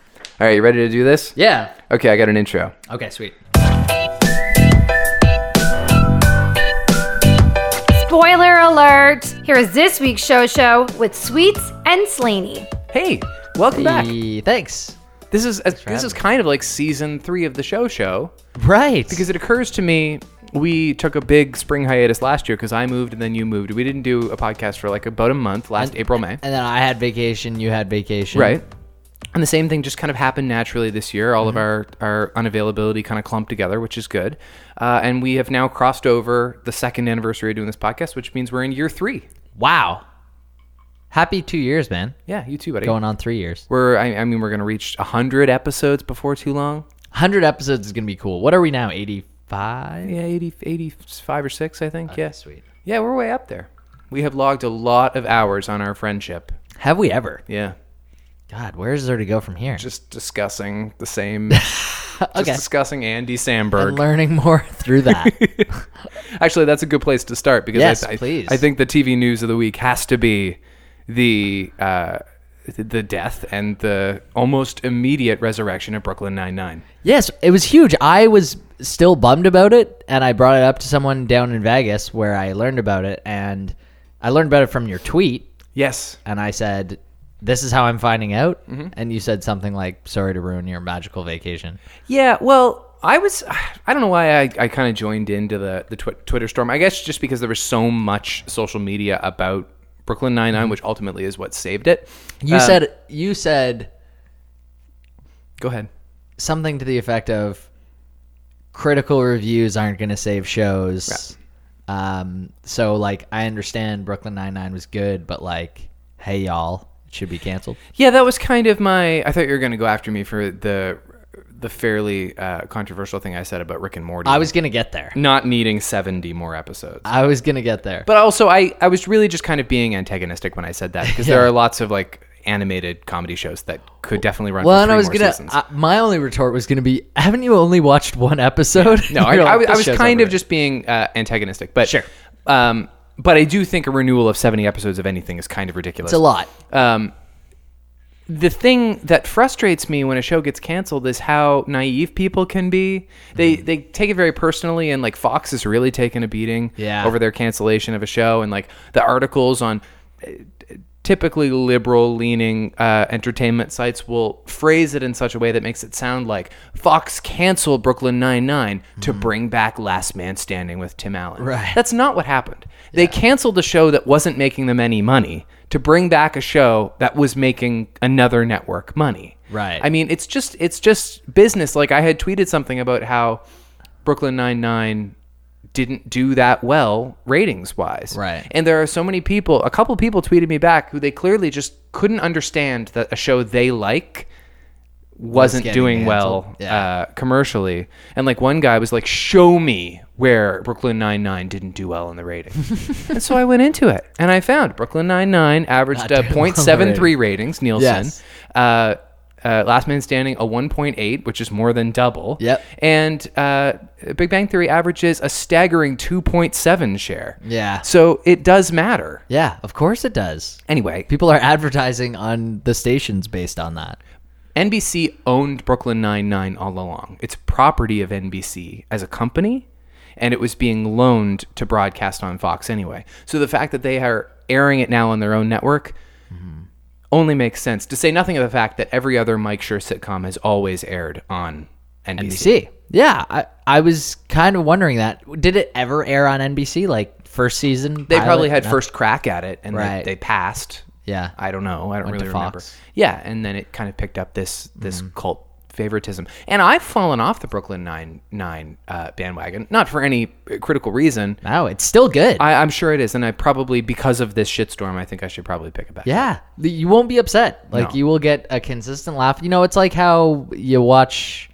All right, you ready to do this? Yeah. Okay, I got an intro. Okay, sweet. Spoiler alert! Here is this week's show show with Sweets and Slaney. Hey, welcome back. Hey, thanks. This is uh, this having is kind of like season three of the show show Right. because it occurs to me we took a big spring hiatus last year because I moved and then you moved. We didn't do a podcast for like about a month last April May. and then I had vacation, you had vacation. Right. And the same thing just kind of happened naturally this year. All of our, our unavailability kind of clumped together, which is good. Uh, and we have now crossed over the second anniversary of doing this podcast, which means we're in year three. Wow. Happy two years, man. Yeah, you too, buddy. Going on three years. We're, I, I mean, we're going to reach 100 episodes before too long. 100 episodes is going to be cool. What are we now? 85? Yeah, 80, 85 or 6, I think. Okay, Yes. Sweet. Yeah, we're way up there. We have logged a lot of hours on our friendship. Have we ever? Yeah. God, where is there to go from here? Just discussing the same. just okay. discussing Andy Samberg. And learning more through that. Actually, that's a good place to start because Yes, I, I, please. I think the TV news of the week has to be the uh, the death and the almost immediate resurrection of Brooklyn Nine Nine. Yes, it was huge. I was still bummed about it, and I brought it up to someone down in Vegas where I learned about it, and I learned about it from your tweet, Yes, and I said, "This is how I'm finding out," and you said something like, "Sorry to ruin your magical vacation." Yeah, well, I was I don't know why I, I kind of joined into the the tw- Twitter storm. I guess just because there was so much social media about Brooklyn Nine which ultimately is what saved it. Mm-hmm. You Um, said you said Go ahead. something to the effect of, "Critical reviews aren't going to save shows." Um, so like, I understand Brooklyn Nine Nine was good, but like, hey y'all, it should be canceled. Yeah, that was kind of my. I thought you were going to go after me for the the fairly uh, controversial thing I said about Rick and Morty. I was gonna get there. not needing seventy more episodes. I was gonna get there. But also, I, I was really just kind of being antagonistic when I said that because there are lots of like animated comedy shows that could definitely run. Well, for and three I was more gonna. seasons. I, my only retort was gonna be, "Haven't you only watched one episode?" No, I, You're I, like, was- I "This was show's kind of overrated." just being uh, antagonistic, but Sure. Um, but I do think a renewal of seventy episodes of anything is kind of ridiculous. It's a lot. Um, the thing that frustrates me when a show gets canceled is how naive people can be. They Mm-hmm. they take it very personally, and like Fox is really taking a beating Yeah. over their cancellation of a show, and like the articles on uh, typically liberal leaning uh, entertainment sites will phrase it in such a way that makes it sound like Fox canceled Brooklyn Nine Nine to bring back Last Man Standing with Tim Allen. Mm-hmm. Right. That's not what happened. They canceled a show that wasn't making them any money to bring back a show that was making another network money. Right. I mean, it's just it's just business. Like I had tweeted something about how Brooklyn Nine Nine didn't do that well ratings wise. Right. And there are so many people. A couple people tweeted me back who they clearly just couldn't understand that a show they like wasn't getting doing canceled. well Yeah. uh, commercially. And like one guy was like, "Show me where Brooklyn Nine Nine didn't do well in the ratings." and so I went into it, and I found Brooklyn Nine Nine averaged a doing well in the 0.73 ratings Nielsen. Yes. Uh, uh, Last Man Standing a 1.8, which is more than double. Yep. And uh, Big Bang Theory averages a staggering 2.7 share. Yeah. So it does matter. Yeah, of course it does. Anyway, People are advertising on the stations based on that. NBC owned Brooklyn Nine-Nine all along. It's property of NBC as a company, and it was being loaned to broadcast on Fox anyway. So the fact that they are airing it now on their own network Mm-hmm. only makes sense, to say nothing of the fact that every other Mike Schur sitcom has always aired on NBC. NBC. Yeah, I, I was kind of wondering that. Did it ever air on NBC? Like first season? They pilot? probably had No. first crack at it, and they- Right. they, passed. Yeah. I don't know. I don't Went to really remember. Fox. Mm-hmm. Yeah, and then it kind of picked up this this cult favoritism. And I've fallen off the Brooklyn Nine Nine uh, bandwagon, not for any critical reason. No, it's still good. I, I'm sure it is, and I probably because of this shitstorm, I think I should probably pick it back. Yeah, the- you won't be upset. Like No. you will get a consistent laugh. You know, it's like how you watch,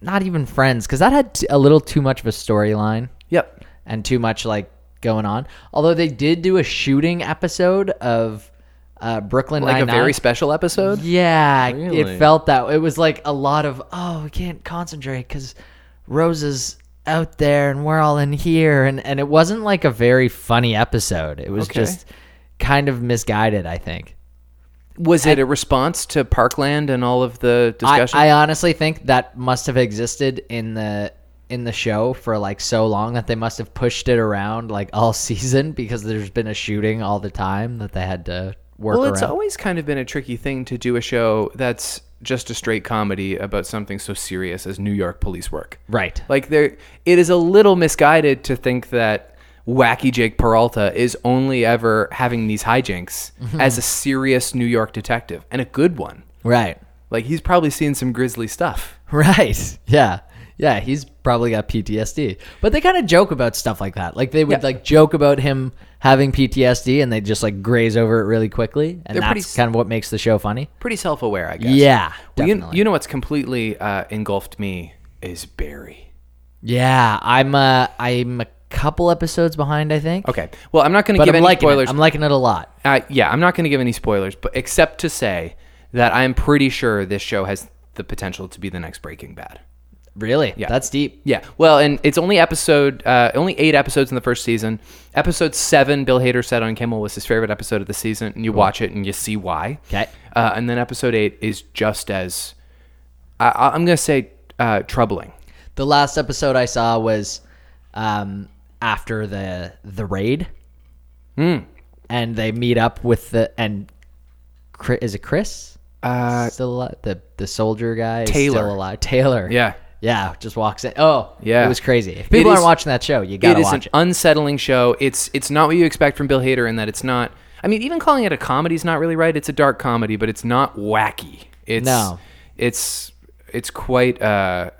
not even Friends, because that had t- a little too much of a storyline Yep. and too much like going on. Although they did do a shooting episode of uh, Brooklyn Like Nine a very special episode. yeah, Really? it felt that it was like a lot of oh we can't concentrate because Rose is out there and we're all in here and and it wasn't like a very funny episode. It was Okay. just kind of misguided, I think. Was it a response to Parkland and all of the I, discussion? I honestly think that must have existed in the in the show for like so long that they must have pushed it around like all season because there's been a shooting all the time that they had to work well, around. it's always kind of been a tricky thing to do a show that's just a straight comedy about something so serious as New York police work. right. Like there, it is a little misguided to think that wacky Jake Peralta is only ever having these hijinks Mm-hmm. as a serious New York detective and a good one. Right. Like he's probably seen some grisly stuff. Right. Yeah. Yeah, he's probably got PTSD. But they kind of joke about stuff like that. Like they would Yeah. like joke about him having PTSD and they just like graze over it really quickly and They're that's pretty s- kind of what makes the show funny. Pretty self-aware, I guess. Yeah. Well, Definitely. you, you know what's completely uh, engulfed me is Barry. yeah, I'm uh I'm a couple episodes behind, I think. Okay. Well, I'm not going to But give I'm any liking spoilers. it. I'm liking it a lot. uh, yeah, I'm not going to give any spoilers, but except to say that I'm pretty sure this show has the potential to be the next Breaking Bad. Really? Yeah. That's deep. Yeah. Well, and it's only episode, uh, only eight episodes in the first season. Episode seven, Bill Hader said on Kimmel was his favorite episode of the season, and you watch it and you see why. 'Kay. Uh, and then episode eight is just as, I, I- I'm going to say, uh, troubling. The last episode I saw was um after the the raid. Hmm. And they meet up with the and Chri- is it Chris? Uh, still alive. The the soldier guy is Taylor. still alive. Taylor. Yeah. Yeah. Just walks in. Oh, Yeah. It was crazy. If people It is- aren't watching that show, you it gotta is watch an unsettling show. It's it's not what you expect from Bill Hader in that it's not. I mean, even calling it a comedy is not really right. It's a dark comedy, but it's not wacky. It's No. it's it's quite uh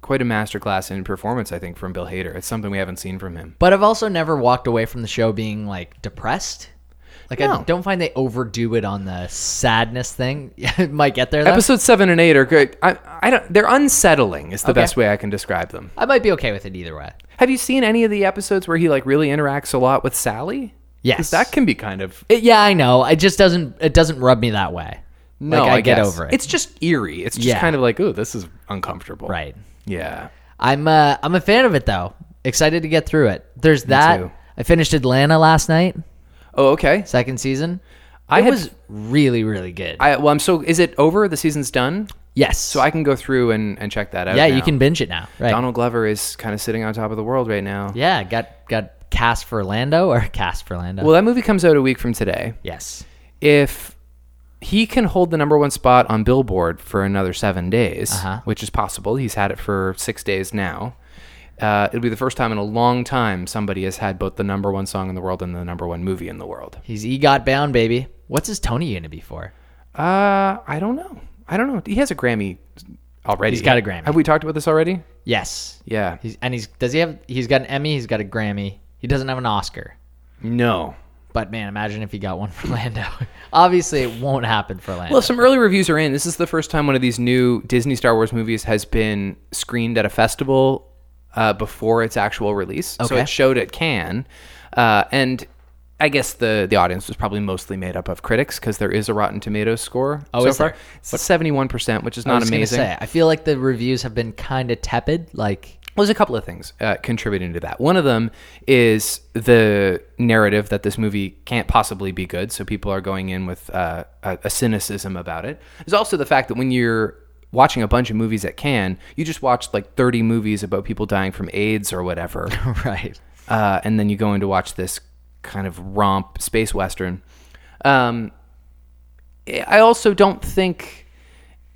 quite a masterclass in performance. I think from Bill Hader. It's something we haven't seen from him. it. But I've also never walked away from the show being like depressed. Like I No. don't find they overdo it on the sadness thing. it might get there. Though. Episode seven and eight are good. I, I don't. They're unsettling. Is the best way I can describe them. I might be okay with it either way. Have you seen any of the episodes where he like really interacts a lot with Sally? 'Cause Yes. that can be kind of It- yeah, I know. It just doesn't. It doesn't rub me that way. no. like, I, get guess. over it. It's just eerie. It's just Yeah. kind of like, oh, this is uncomfortable. right. Yeah. I'm uh, I'm a fan of it though. Excited to get through it. There's that. too. I finished Atlanta last night, Oh, okay. second season. I it had- was really really good. I well, I'm so. Is it over? The season's done, yes. so I can go through and, and check that out. yeah, you now. can binge it now. Right. Donald Glover is kind of sitting on top of the world right now. Yeah, got got cast for Lando or cast for Lando. Well, that movie comes out a week from today. yes. If he can hold the number one spot on Billboard for another seven days, Uh-huh. which is possible, he's had it for six days now. Uh, it'll be the first time in a long time somebody has had both the number one song in the world and the number one movie in the world. He's EGOT bound, baby. What's his Tony gonna be for? Uh, I don't know. I don't know. He has a Grammy already. He's got a Grammy. Have we talked about this already? Yes. Yeah. He's and he's does he have he's got an Emmy, he's got a Grammy. He doesn't have an Oscar. No. But man, imagine if he got one for Lando. Obviously it won't happen for Lando. Well, some early reviews are in. This is the first time one of these new Disney Star Wars movies has been screened at a festival uh, before its actual release. So Okay. it showed at Cannes, uh, and I guess the the audience was probably mostly made up of critics because there is a Rotten Tomatoes score Oh, so is there? far. Seventy one percent, which is I not was gonna amazing. say, I feel like the reviews have been kinda tepid, like Well, there's a couple of things uh, contributing to that. One of them is the narrative that this movie can't possibly be good, so people are going in with uh, a, a cynicism about it. There's also the fact that when you're watching a bunch of movies at Cannes, you just watched like 30 movies about people dying from AIDS or whatever, Right. uh, and then you go in to watch this kind of romp space western. Um, I also don't think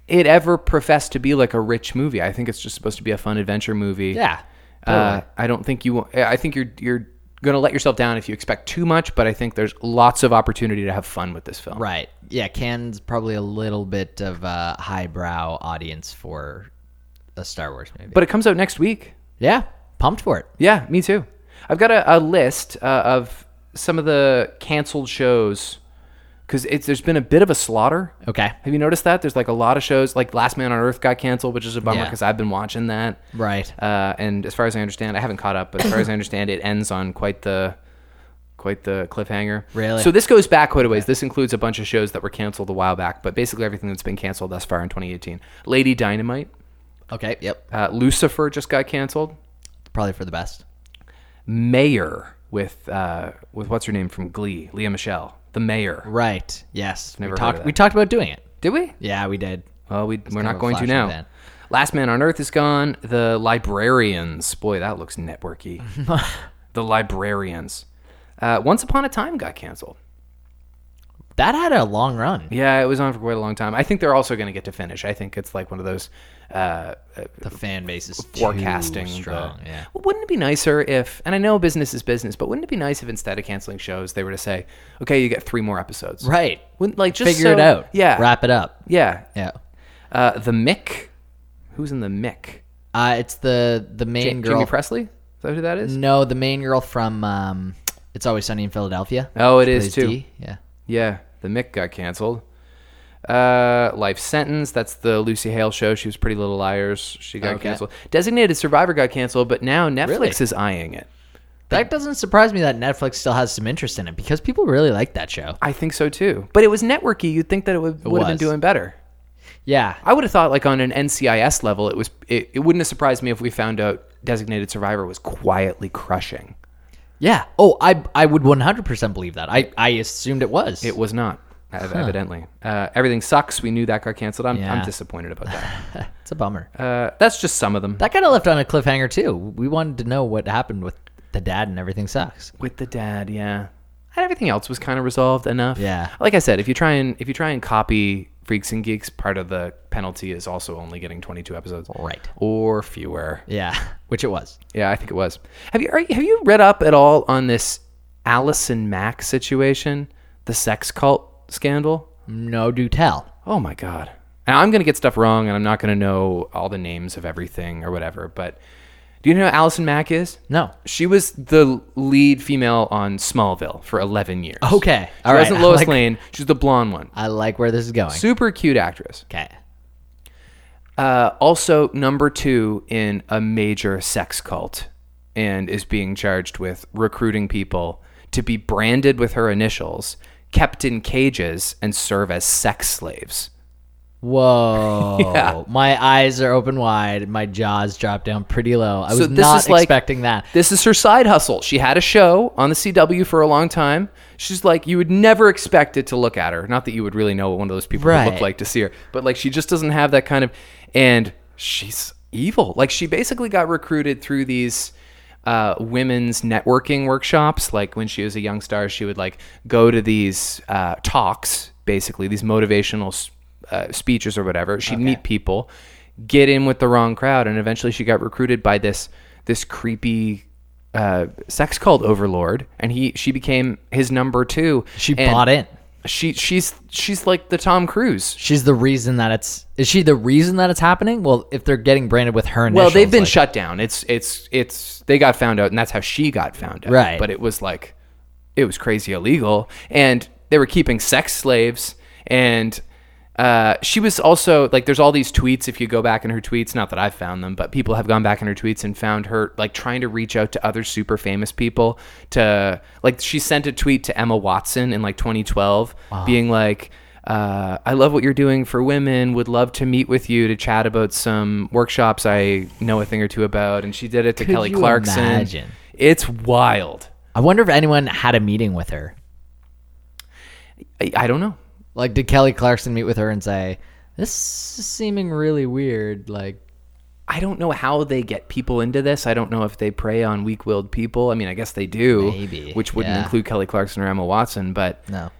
it ever professed to be like a rich movie. I think it's just supposed to be a fun adventure movie. Yeah. Oh, Uh, I don't think you. wa- I think you're you're going to let yourself down if you expect too much. But I think there's lots of opportunity to have fun with this film. Right. Yeah, Cannes probably a little bit of a highbrow audience for a Star Wars movie. But it comes out next week. yeah, pumped for it. Yeah, me too. I've got a, a list uh, of some of the canceled shows because it's there's been a bit of a slaughter. Okay. Have you noticed that? There's like a lot of shows. Like Last Man on Earth got canceled, which is a bummer Yeah. because I've been watching that. Right. Uh, and as far as I understand, I haven't caught up, but as far as I understand, it ends on quite the quite the cliffhanger. Really? So this goes back quite a ways. This includes a bunch of shows that were canceled a while back, but basically everything that's been canceled thus far in 2018. Lady Dynamite, Okay. Yep. uh, Lucifer just got canceled. Probably for the best. Mayor with uh, with what's her name from Glee, Leah Michelle, the mayor. Right. Yes. Never we heard talked. of that. We talked about doing it. Did we? Yeah, we did. Well, we, we're kind of not a going to flash now. event. Last Man on Earth is gone. The Librarians. Boy, that looks networky. the Librarians. Uh, Once Upon a Time got canceled. That had a long run. Yeah, it was on for quite a long time. I think they're also going to get to finish. I think it's like one of those uh, The fan base is too forecasting. the- strong. Yeah. Well, wouldn't it be nicer if, and I know business is business, but wouldn't it be nice if instead of canceling shows, they were to say, okay, you get three more episodes? Right. Wouldn't like just Figure it so- out. Yeah. Wrap it up. Yeah. Yeah. Uh, the Mick. Who's in the Mick? Uh, it's the the main girl. Jimmy Presley? Is that who that is? No, the main girl from um, It's Always Sunny in Philadelphia. Oh, it She is plays too. Dee. Yeah. Yeah, the Mick got canceled. Uh, Life Sentence, that's the Lucy Hale show. She was Pretty Little Liars. She got Okay. canceled. Designated Survivor got canceled, but now Netflix Really? is eyeing it. That doesn't surprise me that Netflix still has some interest in it because people really like that show. I think so too. But it was networky. You'd think that it would would have been was. doing better. Yeah. I would have thought, like on an NCIS level, it was. It, it wouldn't have surprised me if we found out Designated Survivor was quietly crushing. Yeah. Oh, I I would 100% believe that. I, I assumed it was. It was not, ev- evidently. Uh, Everything sucks. We knew that got canceled. I'm, I'm Yeah. disappointed about that. it's a bummer. Uh, that's just some of them. that kind of left on a cliffhanger too. We wanted to know what happened with the dad and everything sucks. with the dad yeah and everything else was kind of resolved enough Yeah. like i said if you try and if you try and copy freaks and geeks part of the penalty is also only getting 22 episodes Right. or fewer Yeah. Which it was. yeah i think it was have you are, you- have you read up at all on this allison mack situation the sex cult scandal No do tell. oh my god and i'm gonna get stuff wrong and i'm not gonna know all the names of everything or whatever but do you know who allison mack is No. she was the lead female on Smallville for 11 years. Okay. She All right. wasn't I Lois like- Lane. She's the blonde one. I like where this is going. Super cute actress. Okay. Uh, also, number two in a major sex cult and is being charged with recruiting people to be branded with her initials, kept in cages, and serve as sex slaves. Whoa. My eyes are open wide. My jaws dropped down pretty low. I was this not is like- expecting that. This is her side hustle. She had a show on the CW for a long time. She's like, you would never expect it to look at her. Not that you would really know what one of those people would Right. look like to see her, but like she just doesn't have that kind of. And she's evil. Like she basically got recruited through these uh, women's networking workshops. Like when she was a young star, she would like go to these uh, talks, basically these motivational uh, speeches or whatever. She'd meet people, get in with the wrong crowd, and eventually she got recruited by this this creepy uh, sex cult overlord, and he she became his number two. She and bought in. She she's she's like the Tom Cruise. She's the reason that it's. Is she the reason that it's happening? Well, if they're getting branded with her Well, initials, they've been like- shut down. It's it's it's they got found out, and that's how she got found out. Right. But it was like, it was crazy illegal, and they were keeping sex slaves, and uh, she was also like, there's all these tweets. If you go back in her tweets, not that I found them, but people have gone back in her tweets and found her like trying to reach out to other super famous people to like she sent a tweet to Emma Watson in like 2012, being like uh, I love what you're doing for women. Would love to meet with you to chat about some workshops I know a thing or two about. And she did it to Kelly you Clarkson. imagine? It's wild. I wonder if anyone had a meeting with her. I, I don't know. Like, did Kelly Clarkson meet with her and say, "This is seeming really weird"? Like, I don't know how they get people into this. I don't know if they prey on weak-willed people. I mean, I guess they do, Maybe, which wouldn't yeah. include Kelly Clarkson or Emma Watson, but no.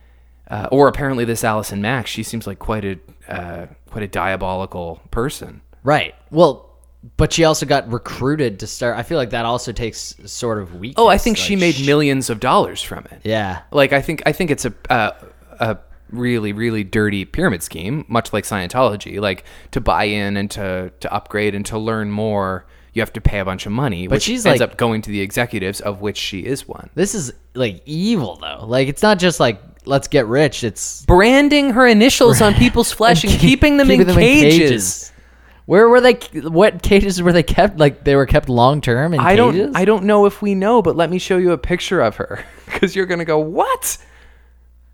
uh, or apparently this Allison Mack. She seems like quite a uh, quite a diabolical person. Right. Well, but she also got recruited to start. I feel like that also takes sort of weakness. Oh, I think she like, made millions of dollars from it. Yeah. Like I think I think it's a uh, a really really dirty pyramid scheme, much like Scientology. Like to buy in and to to upgrade and to learn more, you have to pay a bunch of money. But which she's ends like- up going to the executives, of which she is one. This is like evil though. Like, it's not just like let's get rich. It's Branding her initials on people's flesh and keeping them, in, cages. Where were they? What cages were they kept? Like they were kept long term in I cages. don't I don't know if we know, but let me show you a picture of her because you're gonna go what?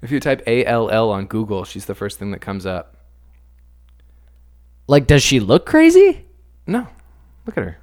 If you type A L L on Google, she's the first thing that comes up. like, does she look crazy? No, look at her.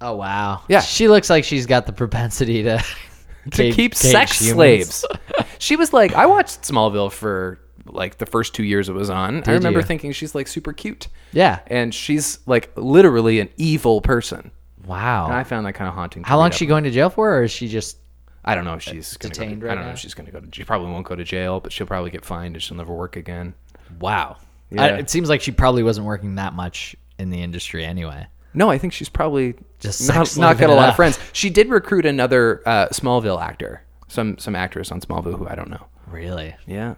Oh wow. Yeah. She looks like she's got the propensity to to keep sex slaves. she was like, I watched Smallville for like the first two years it was on. I remember you? thinking she's like super cute, Yeah. and she's like literally an evil person. Wow. And I found that kind of haunting. to How read long's up. she going to jail for, or is she just? I don't know if she's gonna Go detained to, right I don't know now? if she's going to go to. She probably won't go to jail, but she'll probably get fined and she'll never work again. Wow. I, Yeah. it seems like she probably wasn't working that much in the industry anyway. No, I think she's probably Just just not, sex not got a loving lot it up. of friends. She did recruit another uh, Smallville actor, some some actress on Smallville who I don't know. Really? Yeah,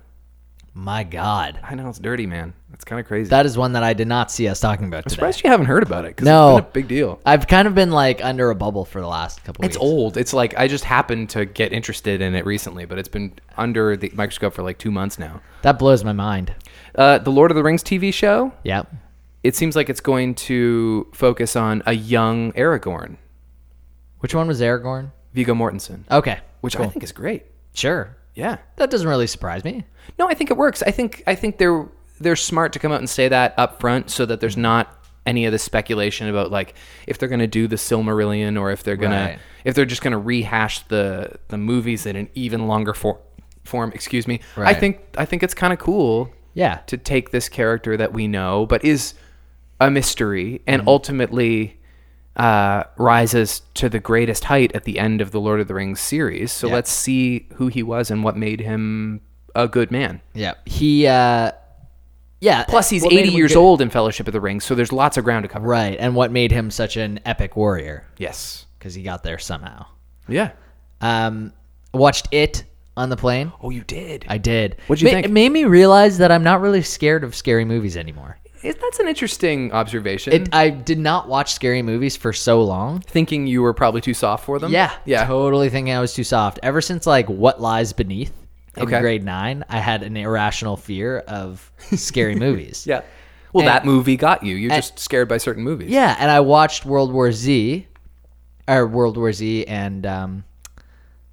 My God. I know it's dirty, man. It's kind of crazy. That is one that I did not see us talking about today. surprised you haven't heard about it because No. it's been a big deal. I've kind of been like under a bubble for the last couple. It's weeks. old. It's like I just happened to get interested in it recently, but it's been under the microscope for like two months now. That blows my mind. Uh, the Lord of the Rings TV show. Yep. It seems like it's going to focus on a young Aragorn, Which one was Aragorn? Viggo Mortensen, Okay. which I think is great. Sure. Yeah. That doesn't really surprise me. No, I think it works. I think I think they're they're smart to come out and say that up front so that there's not any of the speculation about like if they're going to do the Silmarillion or if they're going Right. to if they're just going to rehash the the movies in an even longer for, form, excuse me. Right. I think I think it's kind of cool Yeah. to take this character that we know but is a mystery and Mm-hmm. ultimately uh, rises to the greatest height at the end of the Lord of the Rings series. So let's see who he was and what made him a good man. Yeah. He. uh Yeah. Plus, he's what made 80 him a years good- old in Fellowship of the Ring, so there's lots of ground to cover. Right. And what made him such an epic warrior? Yes. Because he got there somehow. Yeah. Um, watched it on the plane. Oh, you did. I did. What'd you Ma- think? It made me realize that I'm not really scared of scary movies anymore. It- that's an interesting observation. It, I did not watch scary movies for so long. Thinking you were probably too soft for them. Yeah, Yeah. Totally thinking I was too soft. Ever since like What Lies Beneath in Okay. grade nine, I had an irrational fear of scary movies. Yeah. Well, And- that movie got you. You're just scared by certain movies. Yeah, and I watched World War Z, or World War Z, and um,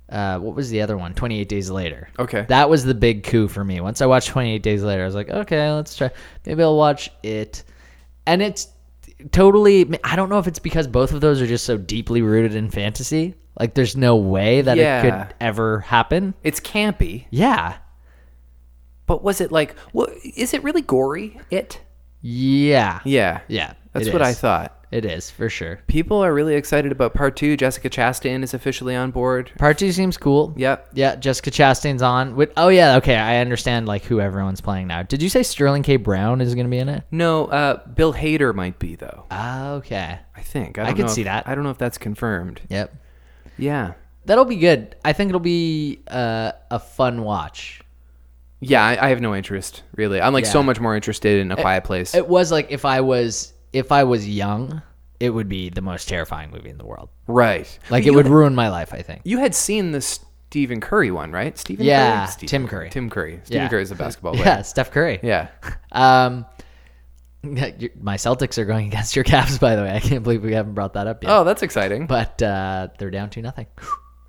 uh, what was the other one? Twenty Eight Days Later. Okay. that was the big coup for me. Once I watched Twenty Eight Days Later, I was like, okay, let's try. Maybe I'll watch it, and it's totally. I don't know if it's because both of those are just so deeply rooted in fantasy. Like, there's no way that Yeah. it could ever happen. It's campy, Yeah, but was it like, well, is it really gory? It? yeah, Yeah. yeah. That's it what I is. thought. It is for sure. People are really excited about part two. Jessica Chastain is officially on board. Part two seems cool. Yep. Yeah, Jessica Chastain's on. With oh yeah, okay, I understand like who everyone's playing now. Did you say Sterling K. Brown is going to be in it? No, uh, Bill Hader might be, though. Ah, okay. I think. I, don't could know see if- that. I don't know if that's confirmed. Yep. Yeah. That'll be good. I think it'll be uh, a fun watch. Yeah, I, I have no interest really. I'm like so Yeah. Eh, much more interested in a quiet place. It was like if I was if I was young, it would be the most terrifying movie in the world. right. Like But it you, would ruin my life, I think. You had seen the Stephen Curry one, right? Stephen. Yeah, Curry? Stephen Tim Curry. Tim Curry. Stephen Yeah. Curry is a basketball player. Yeah, Steph Curry. Yeah. Um my Celtics are going against your Cavs by the way. I can't believe we haven't brought that up yet. Oh, that's exciting. But uh, they're down to nothing.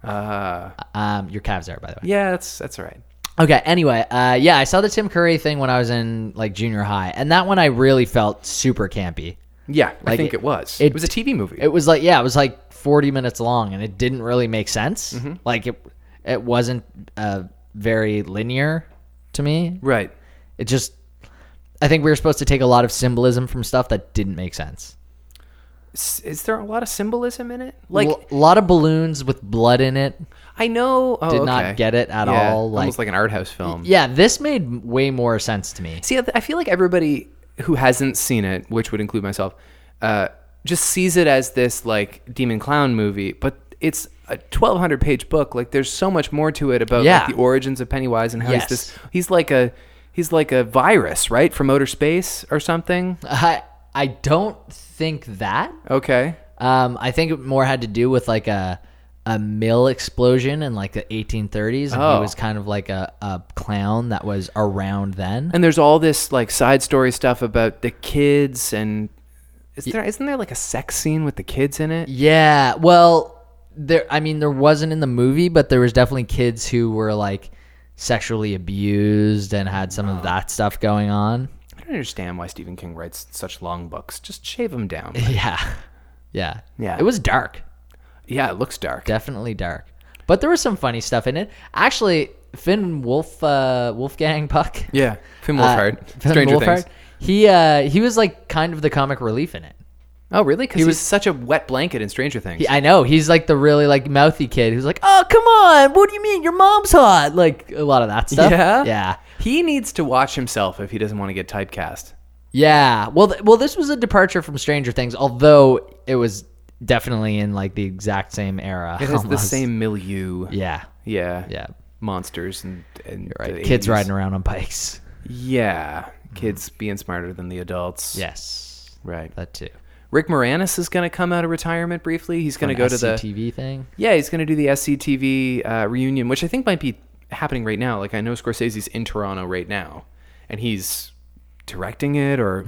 Uh, Um, your Cavs are by the way. yeah, that's that's all right. Okay. Anyway, uh, yeah, I saw the Tim Curry thing when I was in like junior high, and that one I really felt super campy. Yeah, I Like, think it- it, was. it- It was a TV movie. It was like yeah, it was like forty minutes long, and it didn't really make sense. Like it, it wasn't uh, very linear to me. right. It just, I think we were supposed to take a lot of symbolism from stuff that didn't make sense. S- Is there a lot of symbolism in it? Like a lot of balloons with blood in it. I know. Oh, Did not okay. get it at Yeah, all, like- almost like an art house film. Yeah, this made way more sense to me. See, I th- I feel like everybody who hasn't seen it, which would include myself, uh, just sees it as this like demon clown movie, but it's a 1200 page book like there's so much more to it about Yeah. like, the origins of pennywise and how Yes. he's this he's like a he's like a virus right from outer space or something I I don't think that. okay Um, I think it more had to do with like a a mill explosion in like the 1830s, and he Oh. was kind of like a, a clown that was around then. and there's all this like side story stuff about the kids and is there isn't there like a sex scene with the kids in it Yeah, well, there. I mean, there wasn't in the movie, but there was definitely kids who were like sexually abused and had some of that stuff going on. i don't understand why stephen king writes such long books just shave them down Yeah, Yeah. Yeah. It was dark. Yeah, it looks dark. Definitely dark. But there was some funny stuff in it. Actually, Finn Wolf uh, Wolfgang Puck. Yeah, Finn uh, Wolfhard, Finn Stranger Wolfhard, Things. He uh, he was like kind of the comic relief in it. Oh, really? Because he was- was such a wet blanket in Stranger Things. He- I know he's like the really like mouthy kid who's like, "Oh come on, what do you mean your mom's hot?" Like a lot of that stuff. Yeah? yeah, He needs to watch himself if he doesn't want to get typecast. yeah. Well, th- well, this was a departure from Stranger Things, although it was definitely in like the exact same era. It has the almost. same milieu. Yeah, Yeah. yeah. Monsters and, and Right, the kids 80s. riding around Mm-hmm. on bikes. Yeah. Kids being smarter than the adults. Yes, Right. that too. Rick Moranis is going to come out of retirement briefly. He's going to go An to the SCTV thing. Yeah, he's going to do the SCTV uh, reunion, which I think might be happening right now. Like I know Scorsese's in Toronto right now, and he's directing it or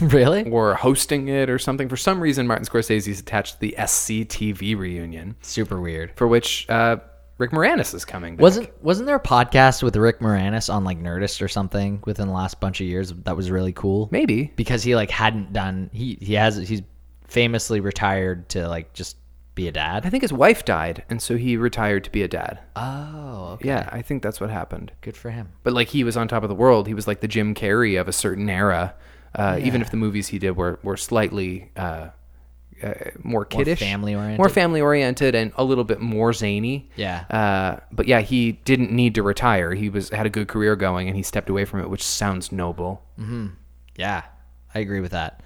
really? or hosting it or something. For some reason, Martin Scorsese's attached to the SCTV reunion, Super weird. for which uh, Rick Moranis is coming. Back. Wasn't wasn't there a podcast with Rick Moranis on like Nerdist or something within the last bunch of years that was really cool? maybe? because he like hadn't done he he has he's famously retired to like just be a I dad. think his wife died, and so he retired to be a dad. Oh, okay. Yeah, I think that's what happened. good for him. But like he was on top of the world. He was like the Jim Carrey of a certain era. Uh, Even if the movies he did were were slightly uh, uh, more kiddish, family-oriented. more family oriented, and a little bit more zany. Yeah. Uh, but yeah, he didn't need to retire. He was had a good career going, and he stepped away from it, which sounds noble. Yeah, I agree with that.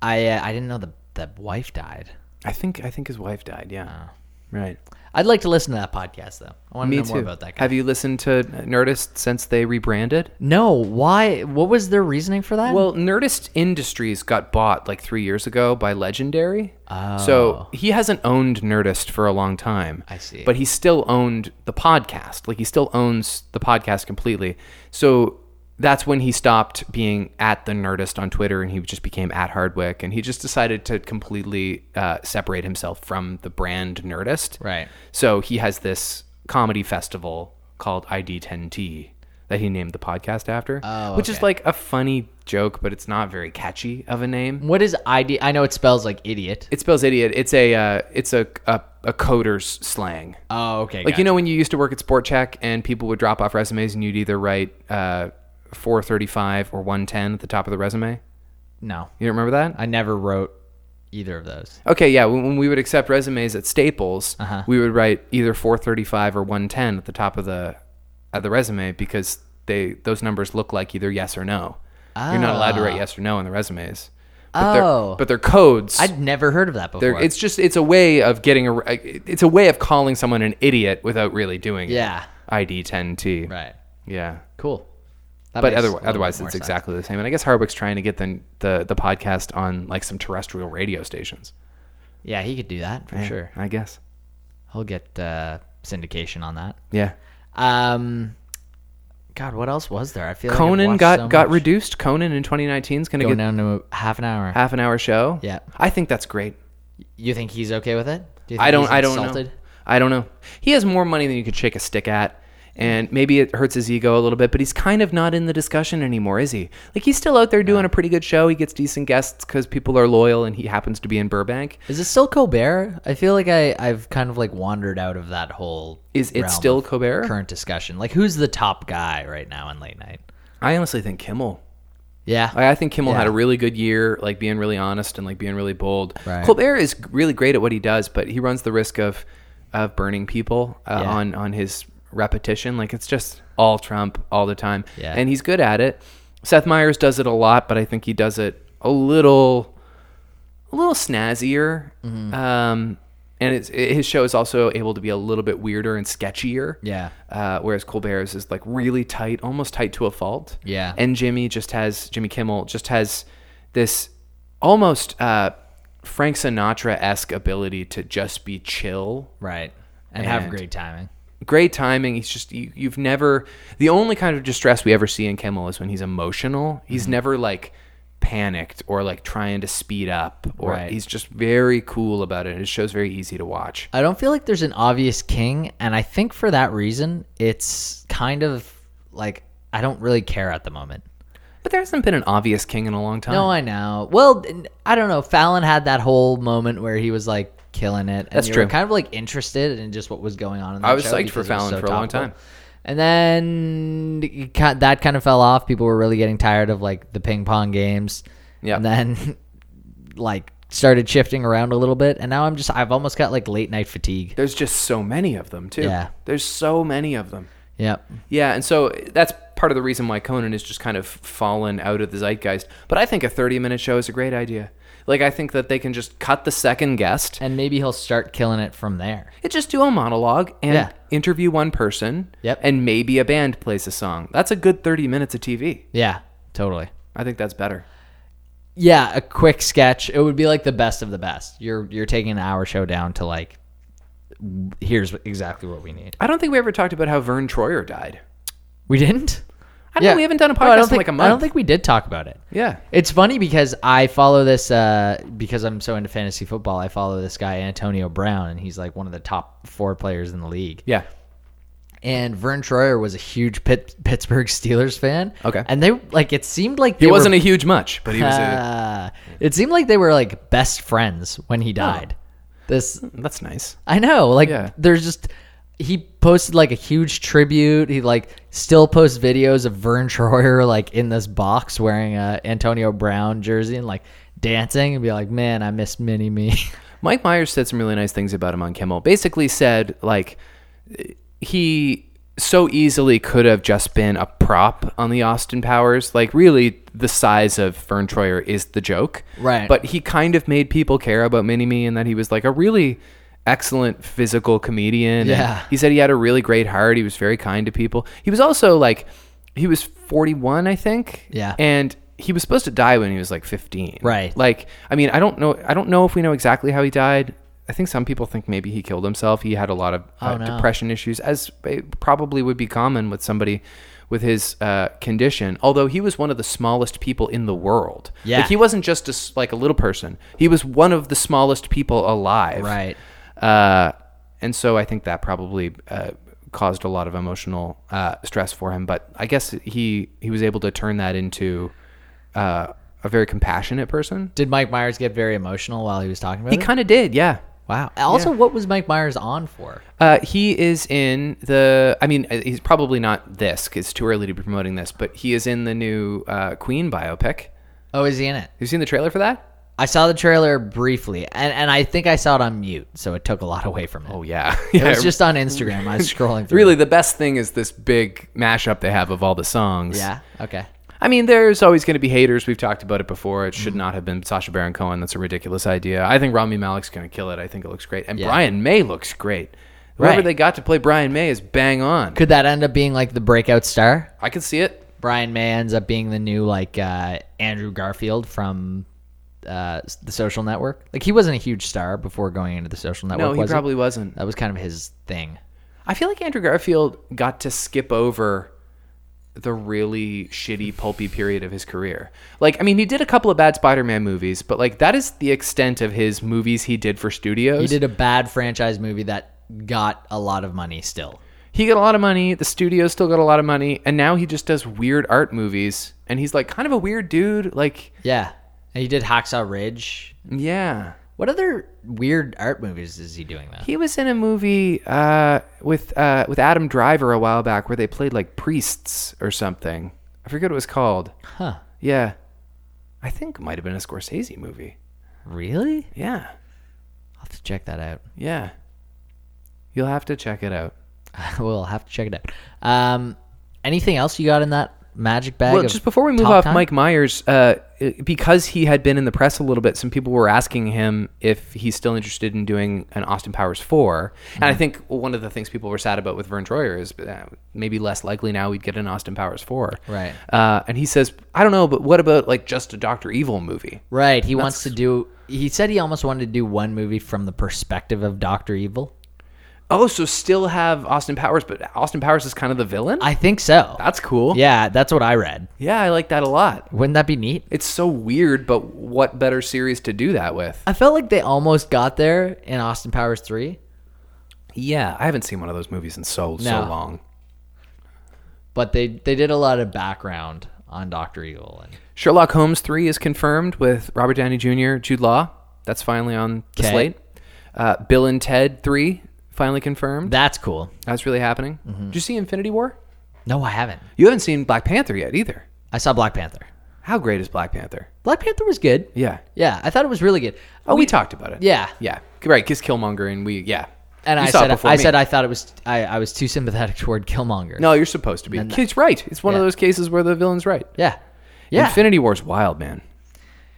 I uh, I didn't know the the wife died. I think I think his wife died. Yeah. Right. I'd like to listen to that podcast though. Oh. I want to Me know too. more about that guy. Have you listened to Nerdist since they rebranded? no, why? What was their reasoning for that? Well, Nerdist Industries got bought like three years ago by Legendary. So he hasn't owned Nerdist for a long time. Oh. I see. But he still owned the podcast. Like he still owns the podcast completely. So that's when he stopped being at the Nerdist on Twitter and he just became at Hardwick. And he just decided to completely uh, separate himself from the brand Nerdist. right. So he has this comedy festival called ID10T that he named the podcast after, Oh, which is okay. like a funny joke, but it's not very catchy of a name. What is ID? I know it spells like idiot. It spells idiot. It's a uh, it's a, a a coder's slang. Oh, okay. Like you know when you used to work at Sport Check and people would drop off resumes and you'd either write uh, 435 or 110 at the top of the resume. no, You don't remember that? I never wrote either of those. Okay, yeah. When, when we would accept resumes at Staples, Uh-huh. we would write either 435 or 110 at the top of the at the resume because they those numbers look like either yes or no. You're not allowed to write yes or no in the resumes. But Ah. Oh. they're, but they're codes. I'd never heard of that They're- before. it's just it's a way of getting a it's a way of calling someone an idiot without really doing it. Yeah. ID 10T. right. Yeah. Cool. That But makes a other, little bit otherwise, more it's sense. exactly the same. And I guess Harwick's trying to get the, the the podcast on like some terrestrial radio stations. Yeah, he could do that for sure. I guess. He'll get uh, syndication on that. Yeah. Um, God, what else was there? I feel like I've Conan watched got so got much. reduced. Conan in 2019 is going to going get down to half an hour. half an hour show. Yeah. I think that's great. You think he's okay with it? Do you think I don't. he's I don't insulted? know. I don't know. He has more money than you could shake a stick at, and maybe it hurts his ego a little bit. But he's kind of not in the discussion anymore, is he? Like he's still out there doing a pretty good show. He gets decent guests because people are loyal, and he happens to be in Burbank. Is it still Colbert? I feel like I I've kind of like wandered out of that whole. Is it realm still of Colbert? Current discussion, like who's the top guy right now in late night? I honestly think Kimmel. Yeah, I, I think Kimmel Yeah. had a really good year, like being really honest and like being really bold. Right. Colbert is really great at what he does, but he runs the risk of of burning people uh, Yeah. on on his repetition. Like it's just all Trump all the time, Yeah. and he's good at it. Seth Meyers does it a lot, but I think he does it a little a little snazzier. Mm-hmm. Um, and it's, his show is also able to be a little bit weirder and sketchier. yeah, Uh, whereas Colbert's is like really tight, almost tight to a fault. Yeah. And Jimmy just has Jimmy Kimmel just has this almost uh, Frank Sinatra esque ability to just be chill. right. And, have And- great timing. Great timing. He's just you, you've never the only kind of distress we ever see in Kimmel is when he's emotional. Mm-hmm. He's never like panicked or like trying to speed up or Right. he's just very cool about it. His show's very easy to watch. I don't feel like there's an obvious king, and I think for that reason, it's kind of like I don't really care at the moment. But there hasn't been an obvious king in a long time. No, I know. Well, n- I don't know. Fallon had that whole moment where he was like killing it. And That's you true. Were kind of like interested in just what was going on. in that I was show psyched for Fallon because it was so for a long topical. time. And then it ki- that kind of fell off. People were really getting tired of like the ping pong games. Yeah. And then like started shifting around a little bit. And now I'm just I've almost got like late night fatigue. There's just so many of them too. Yeah. There's so many of them. Yep. Yeah, and so that's part of the reason why Conan is just kind of fallen out of the zeitgeist. But I think a 30 minute show is a great idea. Like, I think that they can just cut the second guest And maybe he'll start killing it from there. and just do a monologue and Yeah. interview one person. Yep. And maybe a band plays a song. That's a good 30 minutes of TV. Yeah. Totally. I think that's better. Yeah, a quick sketch. It would be like the best of the best. You're you're taking an hour show down to like here's exactly what we need. I don't think we ever talked about how Vern Troyer died. We didn't? Oh, I don't know. We haven't done a podcast I don't in think, like a I don't month. think we did talk about it. Yeah. It's funny because I follow this uh, because I'm so into fantasy football. I follow this guy Antonio Brown, and he's like one of the top four players in the league. Yeah. And Vern Troyer was a huge Pitt, Pittsburgh Steelers fan. Okay. and they like it seemed like He they wasn't Were, a huge much, but he was a. uh, it seemed like they were like best friends when he died. This That's nice. I know. Like Yeah. there's just he posted like a huge tribute. He like still posts videos of Vern Troyer like in this box wearing a Antonio Brown jersey and like dancing and be like, Man, I miss Mini Me. Mike Myers said some really nice things about him on Kimmel. Basically, said like he so easily could have just been a prop on the Austin Powers. Like, really, the size of Vern Troyer is the joke, Right. But he kind of made people care about Mini Me and that he was like a really excellent physical comedian. And Yeah. he said he had a really great heart. He was very kind to people. He was also like, he was 41, I think. Yeah. And he was supposed to die when he was like 15. Right. Like, I mean, I don't know. I don't know if we know exactly how he died. I think some people think maybe he killed himself. He had a lot of uh, Oh, no. depression issues, as it probably would be common with somebody with his uh, condition. Although he was one of the smallest people in the world. Yeah. Like, he wasn't just a s like a little person. He was one of the smallest people alive. Right. Uh, and so I think that probably uh, caused a lot of emotional uh, stress for him. But I guess he he was able to turn that into uh, a very compassionate person. Did Mike Myers get very emotional while he was talking about He it? kind of did, yeah. wow. Also, what was Mike Myers on for? Uh, he is in the. I mean, uh, he's probably not this 'cause it's too early to be promoting this, but he is in the new uh, Queen biopic. Oh, is he in it? Have you seen the trailer for that? I saw the trailer briefly and, and I think I saw it on mute, so it took a lot away from it. Oh yeah, It yeah. was just on Instagram. I was scrolling through. really the best thing is this big mashup they have of all the songs. Yeah. Okay. I mean, there's always going to be haters. We've talked about it before. It Mm-hmm. should not have been Sasha Baron Cohen. That's a ridiculous idea. I think Rami Malek's going to kill it. I think it looks great, and Brian May looks great. Whoever Right. they got to play Brian May is bang on. Could that end up being like the breakout star? I could see it. Brian May ends up being the new like uh, Andrew Garfield from uh, s- the Social Network. Like he wasn't a huge star before going into the Social Network. No, he was he? probably wasn't. that was kind of his thing. I feel like Andrew Garfield got to skip over the really shitty pulpy period of his career. Like I mean he did a couple of bad Spider-Man movies, but like that is the extent of his movies he did for studios. He did a bad franchise movie that got a lot of money still. he got a lot of money. The studio still got a lot of money, and now he just does weird art movies. And he's like kind of a weird dude. Like, Yeah, and he did Hacksaw Ridge. yeah, What other weird art movies is he doing though? he was in a movie uh, with uh, with Adam Driver a while back where they played like priests or something. I forget what it was called. Huh? Yeah, I think it might have been a Scorsese movie. Really? Yeah, I'll have to check that out. yeah. You'll have to check it out. we'll have to check it out. Um, anything else you got in that magic bag? Well, of just before we move top off time? Mike Myers, uh, because he had been in the press a little bit, some people were asking him if he's still interested in doing an Austin Powers 4. And Mm-hmm. I think one of the things people were sad about with Vern Troyer is uh, maybe less likely now we'd get an Austin Powers 4. Right. Uh, and he says, I don't know, but what about like just a Dr. Evil movie? Right. He wants to do. He said he almost wanted to do one movie from the perspective of Doctor Evil. Oh, so still have Austin Powers, but Austin Powers is kind of the villain? I think so. That's cool. Yeah, that's what I read. Yeah, I like that a lot. Wouldn't that be neat? It's so weird, but what better series to do that with? I felt like they almost got there in Austin Powers three, Yeah, I haven't seen one of those movies in so so No. long. but they they did a lot of background on Doctor Evil. And Sherlock Holmes 3 is confirmed with Robert Downey Jr., Jude Law. That's finally on the Okay. slate. Uh, Bill and Ted 3 finally confirmed. that's cool. That's really happening. Mm-hmm. Did you see Infinity War? No, I haven't. You haven't seen Black Panther yet either. I saw Black Panther. How great is Black Panther? Black Panther was good. Yeah. Yeah, I thought it was really good. Oh, we, talked about it. Yeah. Yeah. Right. Kiss Killmonger and we, yeah. And You I saw it said before I me. said I thought it was I, I was too sympathetic toward Killmonger. No, you're supposed to be. Kid's right. It's one of Yeah. those cases where the villain's right. Yeah. Yeah. Infinity War's wild, man.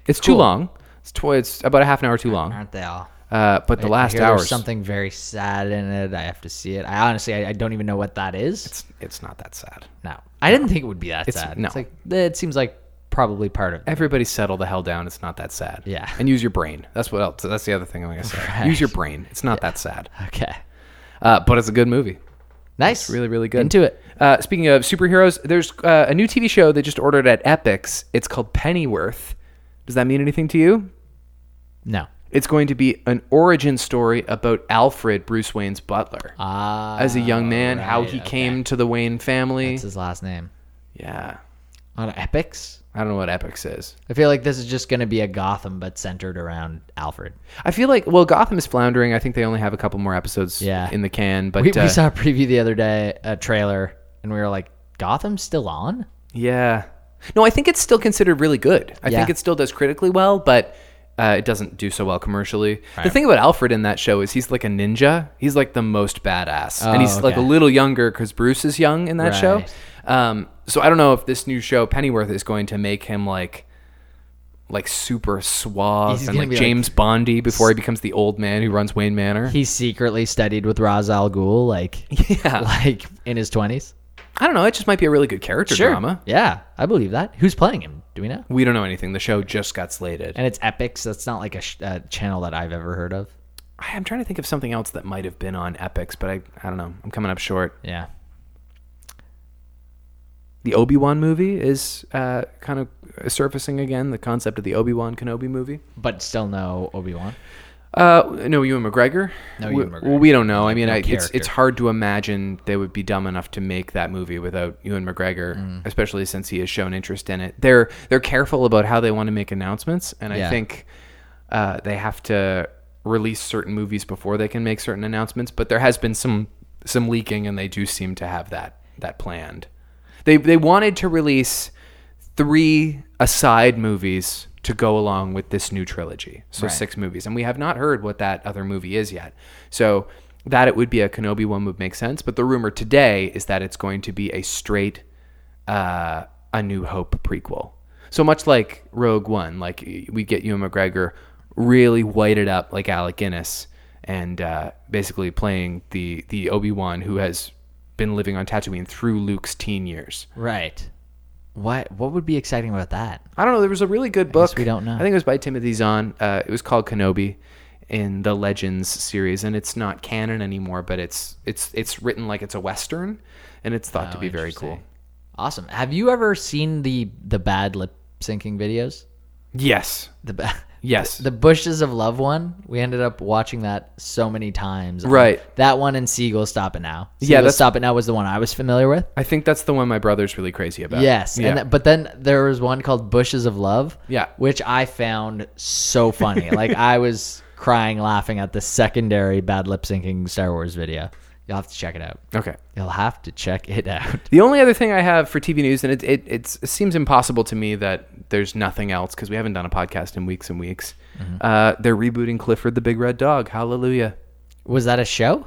It's too Cool. long. It's, tw- it's about a half an hour too long. Aren't they all? Uh, but the I last hear there's hour, something very sad in it. I have to see it. I honestly I, I don't even know what that is. it's, it's not that sad. no. I didn't think it would be that It's- sad. no. It's like it seems like probably part of it. Everybody settle the hell down. It's not that sad. Yeah. And use your brain. That's what else. That's the other thing I'm going to say. Right. Use your brain. It's not that sad. Okay. Uh, but it's a good movie. Nice. Really, really good. Into it. Uh, speaking of superheroes, there's uh, a new TV show they just ordered at Epix. It's called Pennyworth. Does that mean anything to you? No. It's going to be an origin story about Alfred, Bruce Wayne's butler. Ah. as a young man, how right, he okay. came to the Wayne family. That's his last name. yeah. On Epics. I don't know what Epix is. I feel like this is just going to be a Gotham, but centered around Alfred. I feel like, well, Gotham is floundering. I think they only have a couple more episodes Yeah. in the can. But We, uh, we saw a preview the other day, a trailer, and we were like, Gotham's still on? Yeah. No, I think it's still considered really good. I Yeah. think it still does critically well, but uh, it doesn't do so well commercially. The thing about Alfred in that show is he's like a ninja. He's like the most badass, and Oh, he's like a okay. little younger because Bruce is young in that show. Right. Um, so I don't know if this new show Pennyworth is going to make him like. Like super suave He's and gonna like be, like, James Bondy before he becomes the old man who runs Wayne Manor. He secretly studied with Ra's al Ghul, like, yeah, like in his 20s. I don't know. It just might be a really good character drama. Yeah, I believe that. Who's playing him? Do we know? We don't know anything. The show just got slated. And it's Epics. That's not like a, sh- uh channel that I've ever heard of. I- I'm trying to think of something else that might have been on Epics, but I, I don't know. I'm coming up short. Yeah. The Obi Wan movie is uh, kind of surfacing again. The concept of the Obi Wan Kenobi movie. But still no Obi Wan. Uh, no, Ewan McGregor. No we, Ewan McGregor. Well, we don't know. I mean, I, it's character. it's hard to imagine they would be dumb enough to make that movie without Ewan McGregor, Mm. especially since he has shown interest in it. They're they're careful about how they want to make announcements, and I Yeah. think uh, they have to release certain movies before they can make certain announcements. But there has been some some leaking, and they do seem to have that that planned. They they wanted to release three aside movies to go along with this new trilogy. So six movies. And we have not heard what that other movie is yet. So that it would be a Kenobi one would make sense, but the rumor today is that it's going to be a straight uh, a New Hope prequel. So much like Rogue One, like we get Ewan McGregor really whited up like Alec Guinness and uh, basically playing the the Obi Wan who has been living on Tatooine through Luke's teen years. Right. What What would be exciting about that? I don't know. There was a really good book. we don't know. I think it was by Timothy Zahn. Uh, it was called Kenobi in the Legends series, and it's not canon anymore, but it's it's it's written like it's a western, and it's Oh, thought to be very cool. Awesome. Have you ever seen the the bad lip syncing videos? Yes, The ba- yes. the Bushes of Love one. We ended up watching that so many times. Right. That one and Seagull Stop It Now. Yeah, Seagull that's- Stop It Now was the one I was familiar with. I think that's the one my brother's really crazy about. Yes. Yeah. And th- but then there was one called Bushes of Love. Yeah. Which I found so funny. like I was crying laughing at the secondary bad lip syncing Star Wars video. You'll have to check it out. okay. You'll have to check it out. The only other thing I have for TV news, and it it, it's, it seems impossible to me that there's nothing else because we haven't done a podcast in weeks and weeks. Mm-hmm. Uh, they're rebooting Clifford the Big Red Dog. Hallelujah. Was that a show?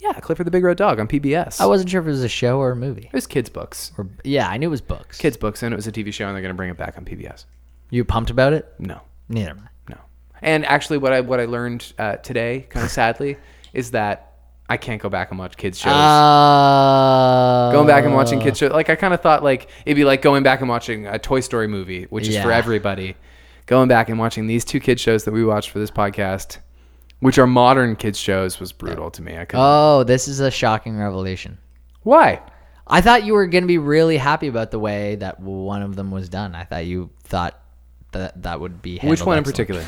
Yeah, Clifford the Big Red Dog on PBS. I wasn't sure if it was a show or a movie. it was kids' books. Or yeah, I knew it was books. kids books and it was a TV show and they're going to bring it back on PBS. You pumped about it? No, Neither am I. no. And actually, what I what I learned uh, today, kind of sadly, is that I can't go back and watch kids shows. Uh, going back and watching kids shows, like I kind of thought, like it'd be like going back and watching a Toy Story movie, which is for Yeah. everybody. Going back and watching these two kids shows that we watched for this podcast, which are modern kids shows, was brutal to me. I couldn't. Oh, this is a shocking revelation. Why? I thought you were going to be really happy about the way that one of them was done. I thought you thought that that would be Which handled one in excellent. particular?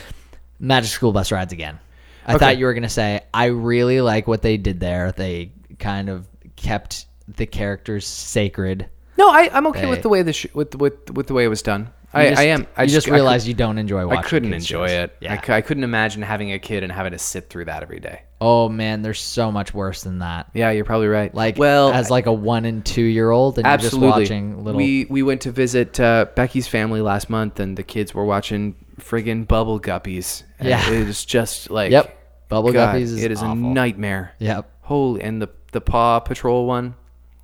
Magic School Bus Rides again. I Okay. thought you were going to say I really like what they did there. They kind of kept the characters sacred. No, I, I'm okay They- with the way this sh- with with with the way it was done. You I, just- I am. I you just, I could- realize you don't enjoy watching. I couldn't kids enjoy shows. it. Yeah. I, cou- I couldn't imagine having a kid and having to sit through that every day. oh man, there's so much worse than that. Yeah, you're probably right. Like well, as like a one and two year old, and absolutely. you're just watching little. We we went to visit uh, Becky's family last month, and the kids were watching friggin' Bubble Guppies. And Yeah. it is just like yep, Bubble God, Guppies is it is awful. a nightmare. Yep. Holy, and the the Paw Patrol one.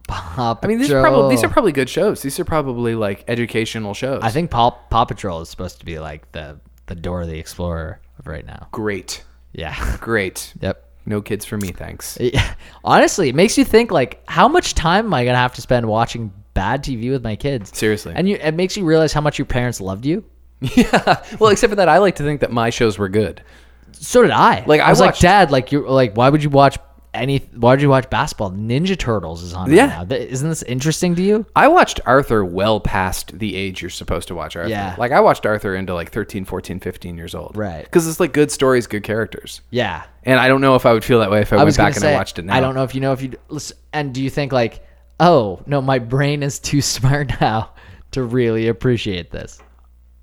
Paw I mean, these are probably these are probably good shows. These are probably like educational shows. I think Paw, Paw Patrol is supposed to be like the the door of the explorer of right now. great, Yeah. great. yep. No kids for me, thanks. Yeah. Honestly, it makes you think like how much time am I gonna have to spend watching bad TV with my kids? Seriously. And you, it makes you realize how much your parents loved you. yeah. Well, except for that, I like to think that my shows were good. So did I. Like, I, I was like, watched- Dad, like you, like why would you watch any? Why would you watch basketball? Ninja Turtles is on. right Yeah. now. Th- Isn't this interesting to you? I watched Arthur well past the age you're supposed to watch Arthur. Yeah. Like I watched Arthur into like 13, 14, 15 years old. Right. Cuz it's like good stories, good characters. Yeah. And I don't know if I would feel that way if I, I went was back gonna and say, I watched it now. I don't know if you know if you listen, and do you think like, oh no, my brain is too smart now to really appreciate this.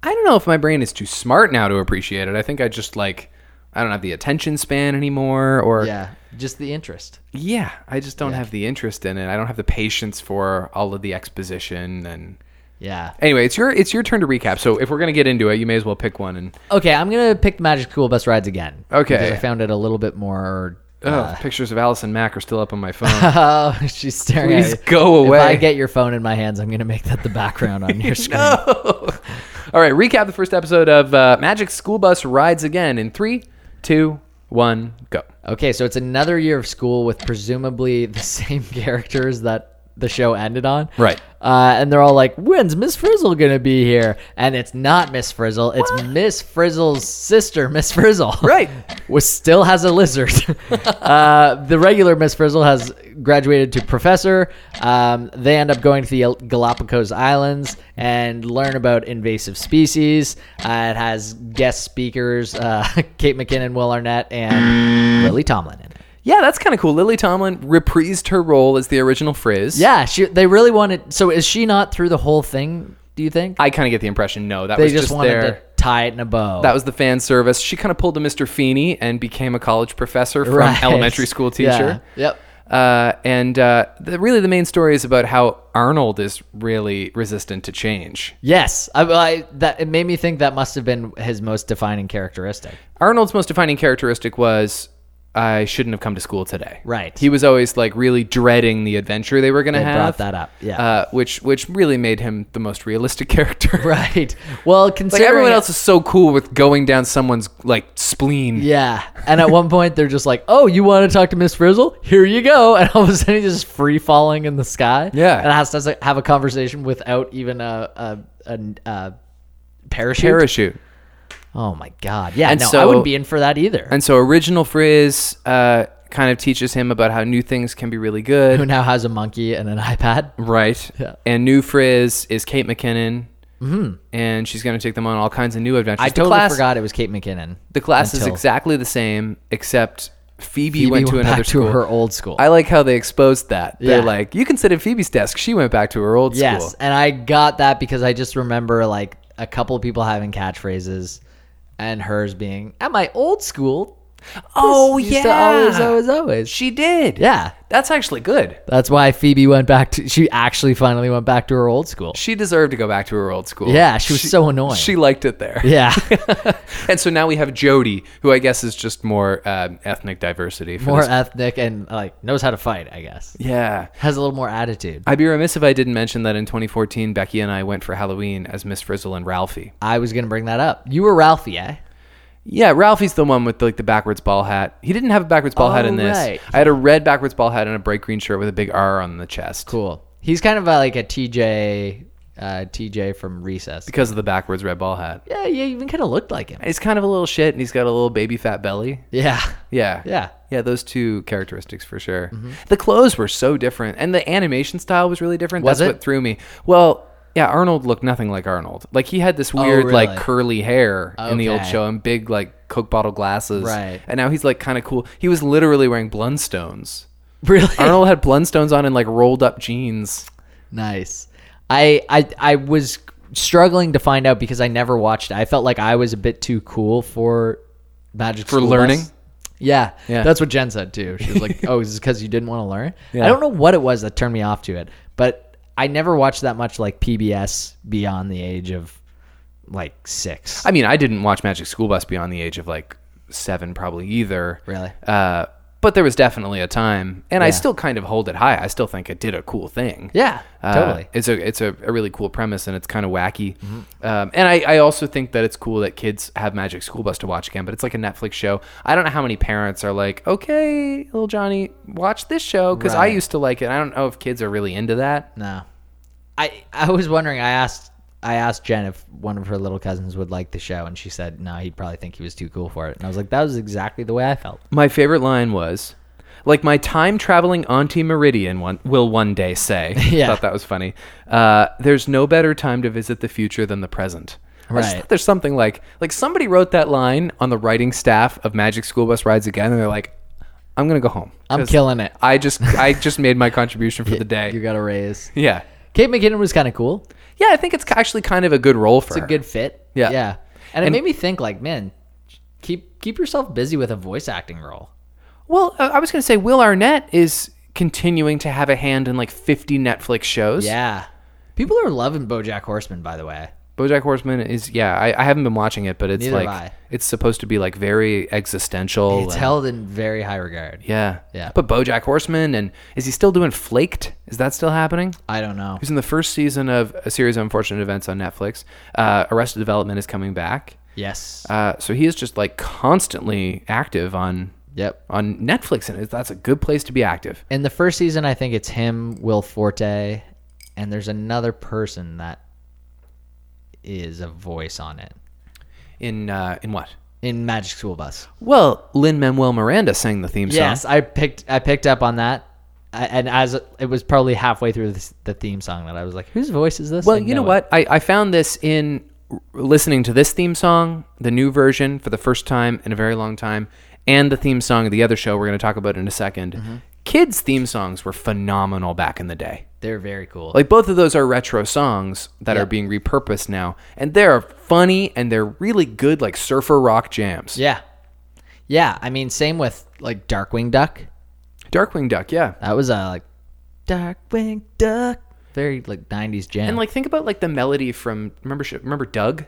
I don't know if my brain is too smart now to appreciate it. I think I just like I don't have the attention span anymore or Yeah, just the interest. Yeah, I just don't have the interest in it. I don't have the patience for all of the exposition and Yeah. Anyway, it's your it's your turn to recap. So if we're gonna get into it, you may as well pick one. And Okay, I'm gonna pick the Magic School Bus rides again. Okay. because I found it a little bit more. oh, pictures of Allison Mack are still up on my phone. Oh, she's staring. Please at me. go If I away. get your phone in my hands, I'm gonna make that the background on your screen. All right, recap the first episode of uh, Magic School Bus rides again in three, two, one, go. Okay, so it's another year of school with presumably the same characters that the show ended on. Right. Uh, and they're all like, when's Miss Frizzle going to be here? And it's not Miss Frizzle. It's Miss Frizzle's sister, Miss Frizzle. Right. Which still has a lizard. uh, the regular Miss Frizzle has graduated to professor. Um, they end up going to the Galapagos Islands and learn about invasive species. Uh, it has guest speakers, uh, Kate McKinnon, Will Arnett, and Lily Tomlin in it. Yeah, that's kind of cool. Lily Tomlin reprised her role as the original Frizz. Yeah, she, they really wanted. So is she not through the whole thing, do you think? I kind of get the impression no, that they was just, just, wanted there. to tie it in a bow. That was the fan service. She kind of pulled a Mr. Feeney and became a college professor from Right. elementary school teacher. Yeah. Yep. Uh, and uh, the, really, the main story is about how Arnold is really resistant to change. Yes, I, I that it made me think that must have been his most defining characteristic. Arnold's most defining characteristic was I shouldn't have come to school today. Right. He was always like really dreading the adventure they were going to They have. brought that up, yeah. Uh, which which really made him the most realistic character. Right. Well, Like considering everyone else is so cool with going down someone's like spleen. Yeah, and at one point they're just like, "Oh, you want to talk to Miss Frizzle? Here you go!" And all of a sudden he's just free falling in the sky. Yeah. and has to have a conversation without even a a, a, a parachute. Parachute. Oh my god! Yeah, And no, I so- wouldn't be in for that either. And so original Frizz uh, kind of teaches him about how new things can be really who good. now has a monkey and an iPad. Right. Yeah. And new Frizz is Kate McKinnon. Mm-hmm. And she's going to take them on all kinds of new adventures. I The totally class- forgot it was Kate McKinnon. The class is Until exactly the same, except Phoebe, Phoebe went to another back school. to her old school. I like how they exposed that. They're Yeah. like, you can sit at Phoebe's desk. She went back to her old yes, school. and I got that because I just remember like a couple of people having catchphrases, and hers being at my old school. Oh, used to always, always, always. She did. Yeah. That's actually good. That's why Phoebe went back to. She actually finally went back to her old school. She deserved to go back to her old school. Yeah, she was so annoying. She liked it there. yeah, and so now we have Jody, who I guess is just more um, ethnic diversity. For more this. ethnic and like knows how to fight. I guess yeah. has a little more attitude. I'd be remiss if I didn't mention that in 2014, Becky and I went for Halloween as Miss Frizzle and Ralphie. I was gonna bring that up. You were Ralphie, eh? Yeah, Ralphie's the one with like the backwards ball hat. He didn't have a backwards ball hat in this. Oh, right. I had a red backwards ball hat and a bright green shirt with a big R on the chest. Cool. He's kind of uh, like a TJ, uh, TJ from Recess. Because of the backwards red ball hat. Yeah, you even kind of looked like him. He's kind of a little shit and he's got a little baby fat belly. Yeah, Yeah. yeah. Mm-hmm. Yeah, those two characteristics for sure. The clothes were so different, and the animation style was really different. Was That's it? what threw me. Well, yeah, Arnold looked nothing like Arnold. Like he had this weird, Oh, really? like curly hair in the old Okay. show and big like Coke bottle glasses. Right. And now he's like kind of cool. He was literally wearing Blundstones. Really Arnold had Blundstones on and like rolled up jeans. nice. I I I was struggling to find out because I never watched. it. I felt like I was a bit too cool for Magic For School learning? Bus. Yeah, Yeah. that's what Jen said too. She was like, "Oh, is this because you didn't want to learn?" I don't know what it was that turned me off to it, but I never watched that much like PBS beyond the age of like six. I mean, I didn't watch Magic School Bus beyond the age of like seven, probably either. Really? Uh, but there was definitely a time, and I Yeah. still kind of hold it high. I still think it did a cool thing. yeah, Uh, totally. Mm-hmm. It's a it's a, a really cool premise, and it's kind of wacky. Um, and I, I also think that it's cool that kids have Magic School Bus to watch again. But it's like a Netflix show. I don't know how many parents are like, okay, little Johnny, watch this show because I Right. used to like it. I don't know if kids are really into that. No, I I was wondering. I asked I asked Jen if one of her little cousins would like the show, and she said no. He'd probably think he was too cool for it. And I was like, that was exactly the way I felt. My favorite line was, like my time traveling auntie Meridian one, will one day say. Yeah. I thought that was funny. Uh, there's no better time to visit the future than the present. I just Right. thought there's something like like somebody wrote that line on the writing staff of Magic School Bus Rides Again, and they're like, "I'm gonna go home. I'm 'Cause killing it. I just I just made my contribution for the You day. got a raise. Yeah, Kate McKinnon was kind of cool. yeah. I think it's actually kind of a good role for It's a her. good fit. Yeah. yeah. And, it And- made me think, like, man, keep keep yourself busy with a voice acting role. Well, uh, I was gonna say Will Arnett is continuing to have a hand in like 50 Netflix shows. Yeah. People are loving BoJack Horseman, by the way. BoJack Horseman is yeah. I, I haven't been watching it, but it's Neither have like I. it's supposed to be like very existential. It's and- held in very high regard. Yeah, Yeah. But BoJack Horseman, and is he still doing Flaked? Is that still happening? I don't know. Who's in the first season of a series of unfortunate events on Netflix? Uh, Arrested Development is coming back, Yes. uh, so he is just like constantly active on yep. on Netflix, and it- that's a good place to be active. In the first season, I think it's him, Will Forte, and there's another person that is a voice on it In uh, in what? in Magic School Bus. Well, Lin Manuel Miranda sang the theme Yes, song. I picked I picked up on that, I, and as it was probably halfway through this, the theme song that I was like, whose voice is this? Well, I you know it. what? I, I found this in r- listening to this theme song, the new version, for the first time in a very long time, and the theme song of the other show we're going to talk about in a 2nd Mm-hmm. Kids' theme songs were phenomenal back in the day. They're very cool. Like both of those are retro songs that are being repurposed now, and they're funny and they're really good, like surfer rock jams. yeah, yeah. I mean, same with like Darkwing Duck. Darkwing Duck, yeah. That was a like Darkwing Duck, very like '90s jam. And like think about like the melody from remember sh- remember Doug.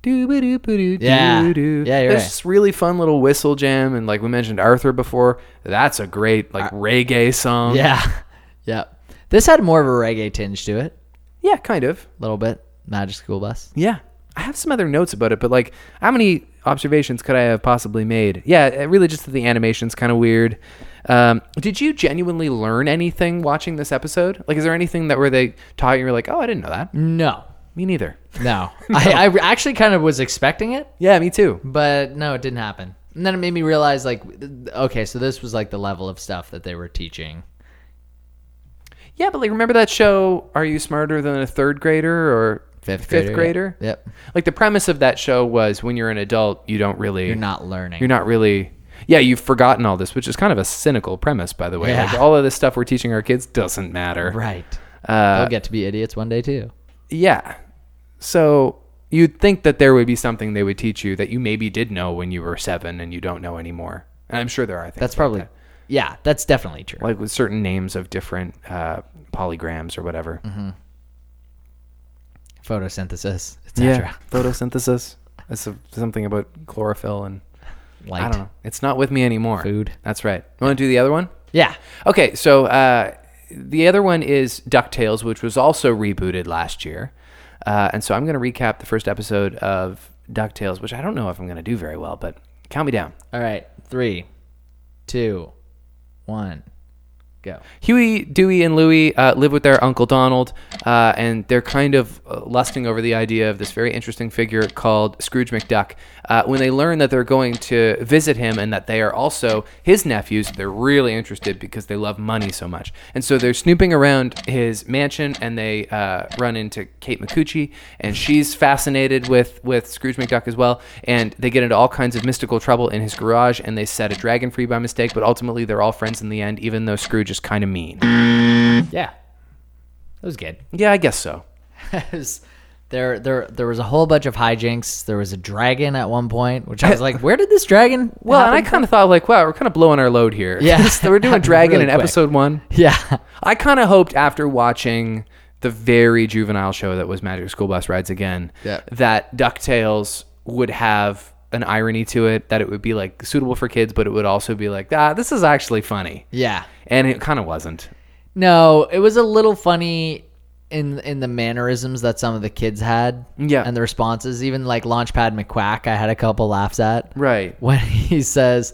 Doo-ba-doo-ba-doo, Yeah. doo-doo. Yeah, you're There's right. this really fun little whistle jam, and like we mentioned Arthur before, that's a great like reggae song. yeah, yeah. This had more of a reggae tinge to it, yeah, kind of. a little bit. Magic School Bus. Yeah, I have some other notes about it, but like, how many observations could I have possibly made? Yeah, it really just that the animation's kind of weird. Um, did you genuinely learn anything watching this episode? Like, is there anything that where they taught you? You're like, oh, I didn't know that. No, Me neither. no. I, I actually kind of was expecting it, Yeah, me too. but no, it didn't happen. And then it made me realize, like, okay, so this was like the level of stuff that they were teaching. Yeah, but like remember that show Are You Smarter Than a Third Grader or Fifth Fifth grader, grader? yeah. Yep. Like the premise of that show was when you're an adult, you don't really You're not learning. you're not really Yeah, you've forgotten all this, which is kind of a cynical premise by the way. Yeah. Like all of this stuff we're teaching our kids doesn't matter. right. Uh, They'll get to be idiots one day too. Yeah. So you'd think that there would be something they would teach you that you maybe did know when you were 7 and you don't know anymore. And I'm sure there are things. That's probably, yeah, that's definitely true. like with certain names of different uh, polygrams or whatever. Mm-hmm. Photosynthesis, Yeah, etc. photosynthesis. It's a, something about chlorophyll and Light. I don't know. It's not with me anymore. Food. That's right. You want to do the other one? Yeah. Okay, so uh, the other one is DuckTales, which was also rebooted last year. Uh, and so I'm going to recap the first episode of DuckTales, which I don't know if I'm going to do very well, but count me down. All right. Three, two, one, go. Huey, Dewey, and Louie uh, live with their Uncle Donald, uh, and they're kind of uh, lusting over the idea of this very interesting figure called Scrooge McDuck. Uh, when they learn that they're going to visit him and that they are also his nephews, they're really interested because they love money so much. And so they're snooping around his mansion, and they uh, run into Kate McCucci, and she's fascinated with, with Scrooge McDuck as well. And they get into all kinds of mystical trouble in his garage, and they set a dragon free by mistake, but ultimately they're all friends in the end, even though Scrooge is kind of mean. Yeah. That was good. Yeah, I guess so. because there there there was a whole bunch of hijinks. There was a dragon at one point, which I was like, where did this dragon? Well, and I happen kind of thought like, wow, we're kind of blowing our load here. Yeah. so we're doing Happened Dragon really in quick. episode one. from?" yeah, I kind of hoped after watching the very juvenile show that was Magic School Bus Rides Again, Yeah. that DuckTales would have an irony to it, that it would be like suitable for kids, but it would also be like, ah, this is actually funny. yeah. And it kind of wasn't. No, it was a little funny in in the mannerisms that some of the kids had. Yeah. And the responses. Even like Launchpad McQuack, I had a couple laughs at. Right. When he says,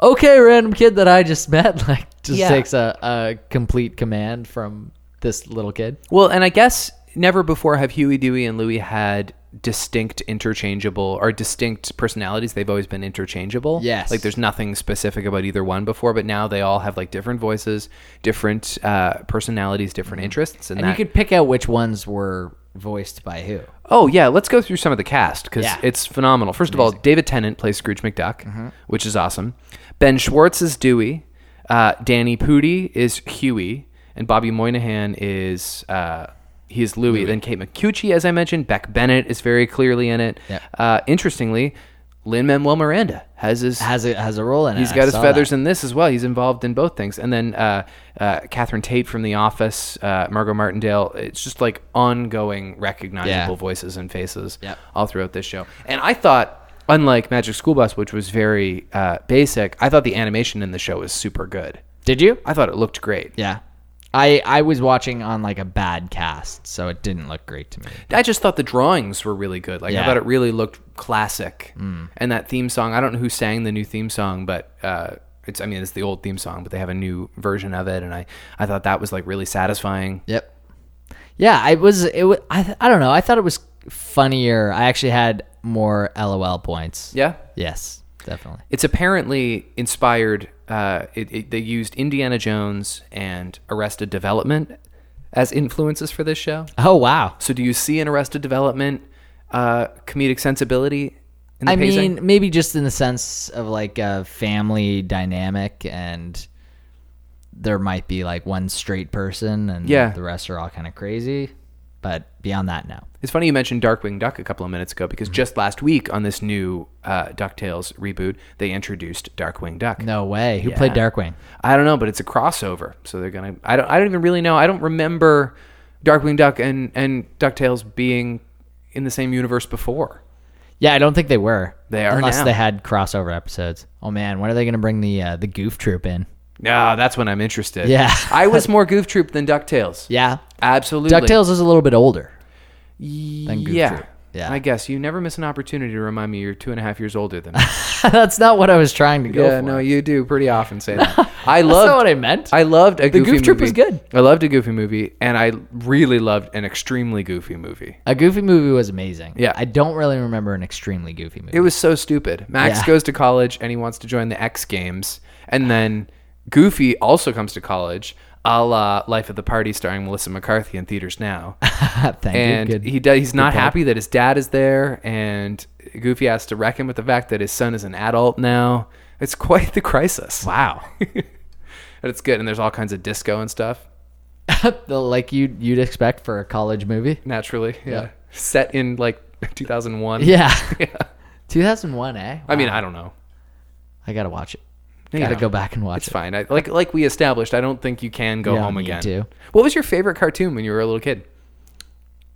Okay, random kid that I just met, like just Yeah. takes a, a complete command from this little kid. Well, and I guess never before have Huey, Dewey, and Louie had distinct interchangeable or distinct personalities. They've always been interchangeable. Yes. Like there's nothing specific about either one before, but now they all have like different voices, different uh, personalities, different interests. And, And that, you could pick out which ones were voiced by who. oh, yeah, let's go through some of the cast because Yeah. Mm-hmm. it's phenomenal. First of all, David Tennant plays Scrooge McDuck, which is awesome. Ben Schwartz is Dewey. Uh, Danny Pudi is Huey. And Bobby Moynihan is. Uh, he is Louie. Then Kate McCucci, as I mentioned, Beck Bennett is very clearly in it. Yeah. Uh, interestingly, Lin Manuel Miranda has his Has a has a role in it. He's I got his saw that. feathers in this as well. He's involved in both things. And then uh, uh, Catherine Tate from The Office, uh, Margot Martindale. It's just like ongoing recognizable Yeah. voices and faces Yep. all throughout this show. And I thought, unlike Magic School Bus, which was very uh, basic, I thought the animation in the show was super good. Did you? I thought it looked great. Yeah. I I was watching on like a bad cast, so it didn't look great to me. I just thought the drawings were really good. Like I Yeah. Mm. thought it really looked classic. And that theme song, I don't know who sang the new theme song, but uh, it's I mean it's the old theme song, but they have a new version of it, and I I thought that was like really satisfying. Yep. Yeah, I was. It was. I, th- I don't know. I thought it was funnier. I actually had more LOL points. Yeah, Yes, definitely. it's apparently inspired. Uh, it, it, they used Indiana Jones and Arrested Development as influences for this show. Oh wow. So do you see an Arrested Development uh, comedic sensibility? In the I pacing? mean, maybe just in the sense of like a family dynamic, and there might be like one straight person, and Yeah. the rest are all kind of crazy. But beyond that, no. It's funny you mentioned Darkwing Duck a couple of minutes ago Mm-hmm. because just last week on this new uh, DuckTales reboot, they introduced Darkwing Duck. No way. Who played Yeah. Darkwing? I don't know, but it's a crossover, so they're gonna. I don't. I don't even really know. I don't remember Darkwing Duck and and Ducktales being in the same universe before. Yeah, I don't think they were. They are unless now. they had crossover episodes. Oh man, when are they going to bring the uh, the Goof Troop in? No, that's when I'm interested. Yeah. I was more Goof Troop than Ducktales. Yeah, absolutely. Ducktales is a little bit older. than Goof Yeah. Troop. Yeah. I guess you never miss an opportunity to remind me you're two and a half years older than me. That's not what I was trying to go yeah, for. no, you do pretty often say that. I That's love not what I meant. I loved a The goofy Goof Troop movie. was good. I loved a goofy movie, and I really loved an extremely goofy movie. a goofy movie was amazing. Yeah. I don't really remember an extremely goofy movie. It was so stupid. Max Yeah. goes to college and he wants to join the X Games, and then Goofy also comes to college, a la Life of the Party, starring Melissa McCarthy in theaters now. Thank And you. Good. he does, he's not happy that his dad is there, and Goofy has to reckon with the fact that his son is an adult now. It's quite the crisis, wow. but it's good. And there's all kinds of disco and stuff. The- like you you'd expect for a college movie. naturally. Yeah. Set in like 2001. Yeah. 2001, eh? I mean, I don't know. I gotta watch it. Yeah, gotta no. go back and watch It's it. fine. I, like like we established, I don't think you can go You don't home need again. to. What was your favorite cartoon when you were a little kid?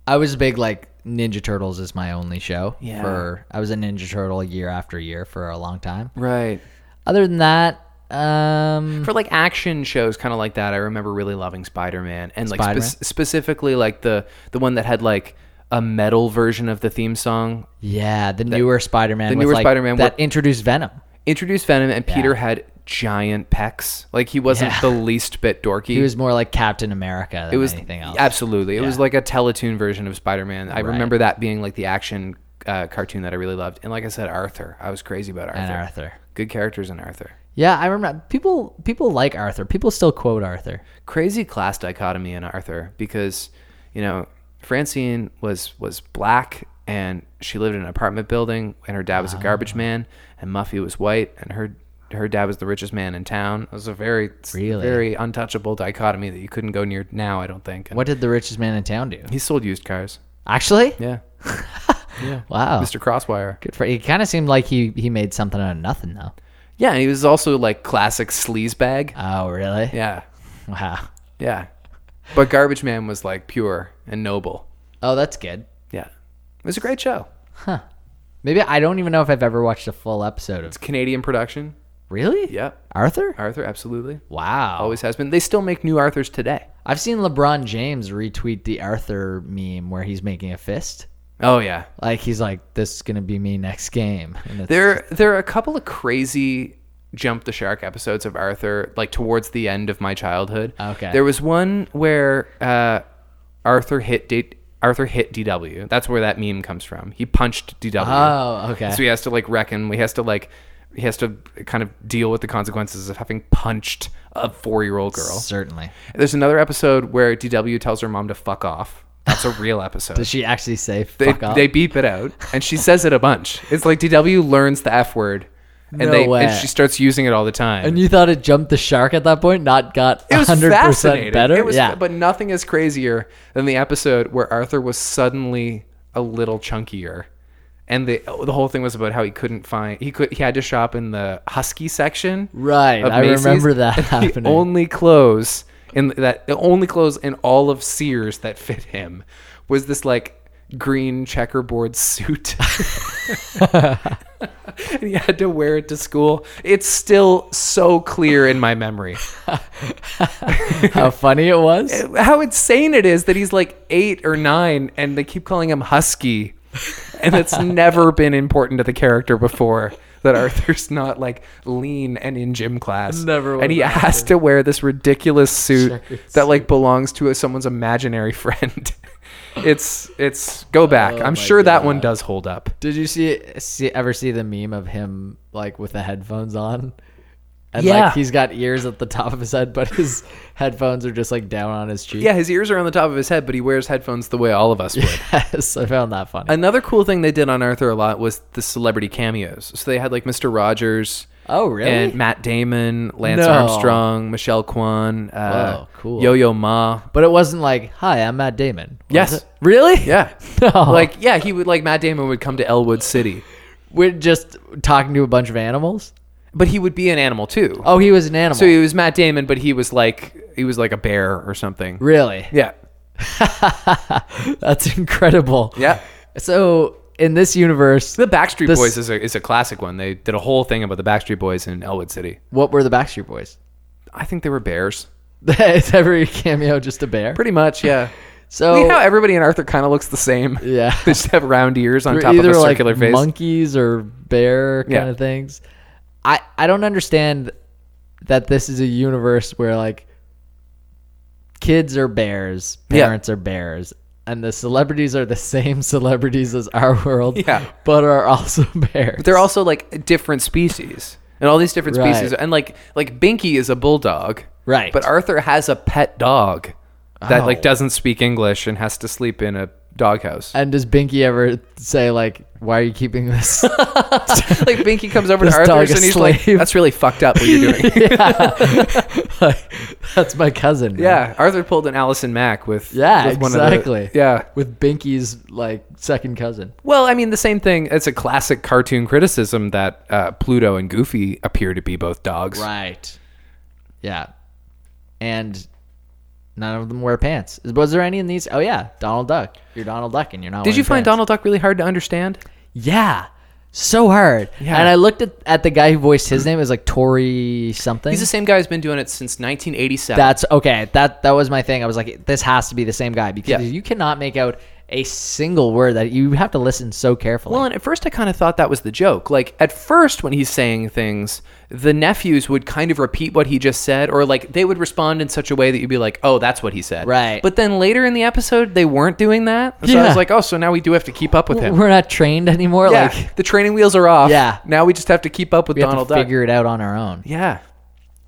I was a big like Ninja Turtles is my only show. Yeah. For I was a Ninja Turtle year after year for a long time. Right. Other than that, um, For like action shows kind of like that, I remember really loving Spider-Man and like Spider-Man? spe- specifically like the the one that had like a metal version of the theme song. yeah, the newer Spider-Man, the with, newer like, Spider-Man that were- introduced Venom. Introduced Venom and Peter had giant pecs. Like he wasn't Yeah. the least bit dorky. He was more like Captain America than it was anything else. absolutely it was like a teletoon version of spider-man i remember that being like the action uh, cartoon that i really loved and like i said arthur i was crazy about arthur, and Arthur. good characters in arthur Yeah, I remember people people like Arthur. People still quote Arthur. crazy class dichotomy in arthur because you know francine was was black Ah. and she lived in an apartment building and her dad was a garbage man and muffy was white and her her dad was the richest man in town. It was a very Really? very untouchable dichotomy that you couldn't go near now. I don't think. And What did the richest man in town do? he sold used cars? Actually, Yeah, wow, Mr. Crosswire. good for. He kind of seemed like he he made something out of nothing though. Yeah, he was also like classic sleaze bag. Oh really? Yeah, Wow. yeah. But Garbage Man was like pure and noble. Oh, that's good. Yeah, it was a great show. Maybe I don't even know if I've ever watched a full episode of. It's Canadian production. Really? Yep, Arthur? Arthur, absolutely. Wow. Always has been. They still make new Arthurs today. I've seen LeBron James retweet the Arthur meme where he's making a fist. Oh yeah, Like he's like, "This is gonna be me next game." And it's- There, there are a couple of crazy jump the shark episodes of Arthur, like towards the end of my childhood. Okay. There was one where uh, Arthur hit D- Arthur hit DW. That's where that meme comes from. He punched DW. Oh, okay. So he has to like reckon. He has to like. He has to kind of deal with the consequences of having punched a four-year-old girl. Certainly. There's another episode where DW tells her mom to fuck off. That's a real episode Does she actually say they, fuck off? they beep it out and she says it a bunch it's like dw learns the f word and No they way. and she starts using it all the time and you thought it jumped the shark at that point? Not got it was hundred fascinating percent better. it was yeah. but nothing is crazier than the episode where arthur was suddenly a little chunkier and the the whole thing was about how he couldn't find he could he had to shop in the husky section Right, of I Macy's, remember that and the happening. only clothes in that the only clothes in all of Sears that fit him was this like green checkerboard suit. and he had to wear it to school. It's still so clear in my memory. How funny it was. How insane it is that he's like 8 or 9 and they keep calling him husky. And it's never been important to the character before that Arthur's not like lean and in gym class. Never was And he that. has to wear this ridiculous suit Checkered that like belongs to someone's imaginary friend. it's it's go back. I'm Oh my sure that one God. does hold up. Did you see, see ever see the meme of him like with the headphones on? And Yeah. like he's got ears at the top of his head, but his headphones are just like down on his cheek. Yeah, his ears are on the top of his head, but he wears headphones the way all of us would. Yes, I found that funny. Another cool thing they did on Arthur a lot was the celebrity cameos. So they had like Mr. Rogers. Oh, really? And Matt Damon, Lance No. Armstrong, Michelle Kwan, uh, Wow, cool. Yo Yo Ma. But it wasn't like, "Hi, I'm Matt Damon." was Yes. it? Really? Yeah. No. Like, yeah, he would, like, Matt Damon would come to Elwood City, we're just talking to a bunch of animals. but he would be an animal too. Oh, he was an animal. So he was Matt Damon, but he was like, he was like a bear or something. really? Yeah. That's incredible. Yeah. So in this universe, The Backstreet This- Boys is a, is a classic one. They did a whole thing about the Backstreet Boys in Elwood City. what were the Backstreet Boys? I think they were bears. Is every cameo just a bear? Pretty much, yeah. So you know how everybody in Arthur kind of looks the same. Yeah. they just have round ears on They're top of a either circular like face. monkeys or bear kind Yeah. of things. I I don't understand that this is a universe where like kids are bears, Yeah. parents are bears, and the celebrities are the same celebrities as our world, Yeah. but are also bears. They're also like different species, and all these different Right. species, and like like Binky is a bulldog, Right. But Arthur has a pet dog that Oh. like doesn't speak English and has to sleep in a doghouse. and does Binky ever say like, "Why are you keeping this?" like Binky comes over to This dog Arthur's is and he's like, slave. "That's really fucked up what you're doing." yeah. Like, That's my cousin. man. Arthur pulled an Allison Mack with Yeah, with one of the- exactly. yeah. with Binky's like second cousin. Well, I mean, the same thing. It's a classic cartoon criticism that uh, Pluto and Goofy appear to be both dogs. Right. Yeah. And none of them wear pants. Was there any in these? Oh yeah, Donald Duck. You're Donald Duck, and you're not. Did you wearing find pants. Donald Duck really hard to understand? Yeah. So hard. Yeah. And I looked at, at the guy who voiced his name. It was like Tori something. He's the same guy who's been doing it since 1987. That's okay. That that was my thing. I was like, this has to be the same guy because Yeah. you cannot make out a single word that you have to listen so carefully. Well, and at first I kind of thought that was the joke. Like at first when he's saying things, the nephews would kind of repeat what he just said or like they would respond in such a way that you'd be like, "Oh, that's what he said." Right. But then later in the episode they weren't doing that. So I Yeah. was like, "Oh, so now we do have to keep up with him." We're not trained anymore. yeah. Like the training wheels are off. Yeah. Now we just have to keep up with we have Donald to Duck. figure it out on our own. yeah.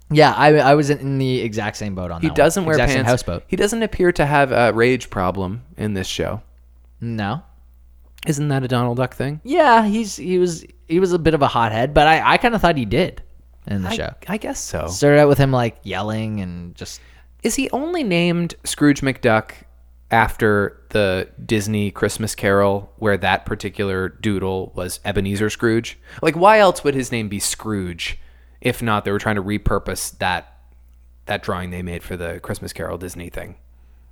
Yeah, I, I was in the exact same boat on He that. doesn't one. wear exact pants. Same houseboat. He doesn't appear to have a rage problem in this show. No. Isn't that a Donald Duck thing? Yeah, he's he was he was a bit of a hothead, but I I kind of thought he did. in the I, show. I guess so. Started out with him like yelling and just Is he only named Scrooge McDuck after the Disney Christmas Carol where that particular doodle was Ebenezer Scrooge? Like why else would his name be Scrooge if not they were trying to repurpose that that drawing they made for the Christmas Carol Disney thing?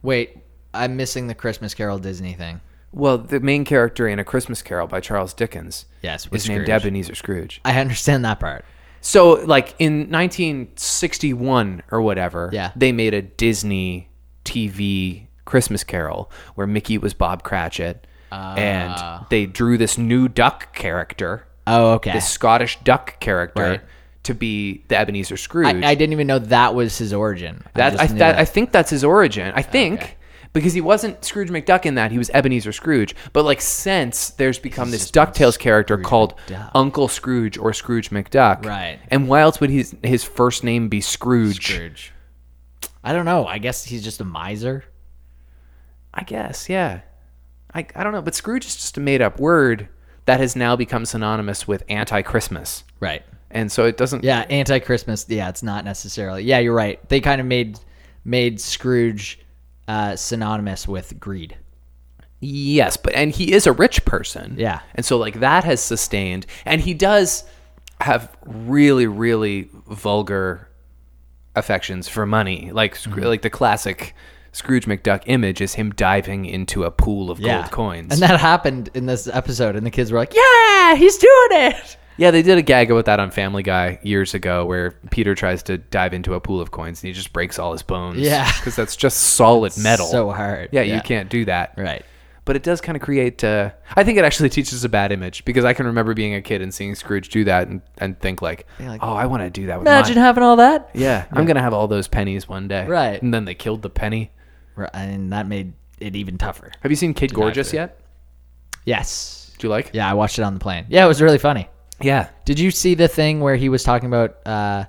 wait. I'm missing the Christmas Carol Disney thing. Well, the main character in A Christmas Carol by Charles Dickens Yes, with is named Scrooge. Ebenezer Scrooge. I understand that part. So, like in 1961 or whatever, Yeah. they made a Disney TV Christmas Carol where Mickey was Bob Cratchit, Ah. and they drew this new duck character, Oh, okay. this Scottish duck character, Right. to be the Ebenezer Scrooge. I, I didn't even know that was his origin. That just I, knew that, I think that's his origin. I think because he wasn't Scrooge McDuck in that he was Ebenezer Scrooge. But like since there's become this Ducktales character called McDuck. Uncle Scrooge or Scrooge McDuck. Right. And why else would his his first name be Scrooge? Scrooge. I don't know. I guess he's just a miser. I guess. Yeah. I I don't know. But Scrooge is just a made up word that has now become synonymous with anti Christmas. Right. And so it doesn't. Yeah, anti Christmas. Yeah, it's not necessarily. Yeah, you're right. They kind of made made Scrooge uh, synonymous with greed. Yes, but and he is a rich person. Yeah. And so like that has sustained and he does have really really vulgar affections for money. Like Scroo- Mm-hmm. like the classic Scrooge McDuck image is him diving into a pool of Yeah, gold coins. And that happened in this episode, and the kids were like, "Yeah, he's doing it." yeah, they did a gag about that on Family Guy years ago where Peter tries to dive into a pool of coins and he just breaks all his bones. Yeah. Cuz that's just solid metal. So hard. yeah, you can't do that. Right. but it does kind of create uh, i think it actually teaches a bad image because i can remember being a kid and seeing scrooge do that and, and think like, oh i want to do that with Imagine mine. having all that. yeah i'm gonna have all those pennies one day Right. and then they killed the penny Right, and that made it even tougher. have you seen kid gorgeous yet Yes. do you like Yeah, I watched it on the plane. Yeah, it was really funny. yeah Did you see the thing where he was talking about uh,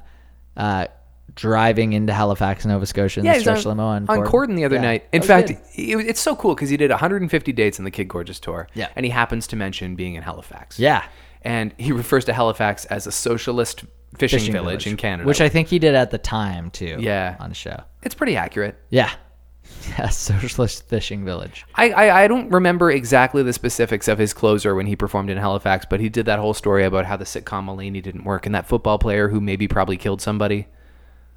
uh, driving into Halifax, Nova Scotia, in yeah, he the was stretch on, limo on, on Gordon? Corden the other Yeah, Oh, night. that In was fact, good. it, it's so cool because he did 150 dates in the Kid Gorgeous tour. Yeah. And he happens to mention being in Halifax. yeah, And he refers to Halifax as a socialist fishing, Fishing village, in Canada. which I think he did at the time too. Yeah. on the show. it's pretty accurate. Yeah, yeah, socialist fishing village. I, I, I don't remember exactly the specifics of his closer when he performed in Halifax, but he did that whole story about how the sitcom Mulaney didn't work and that football player who maybe probably killed somebody.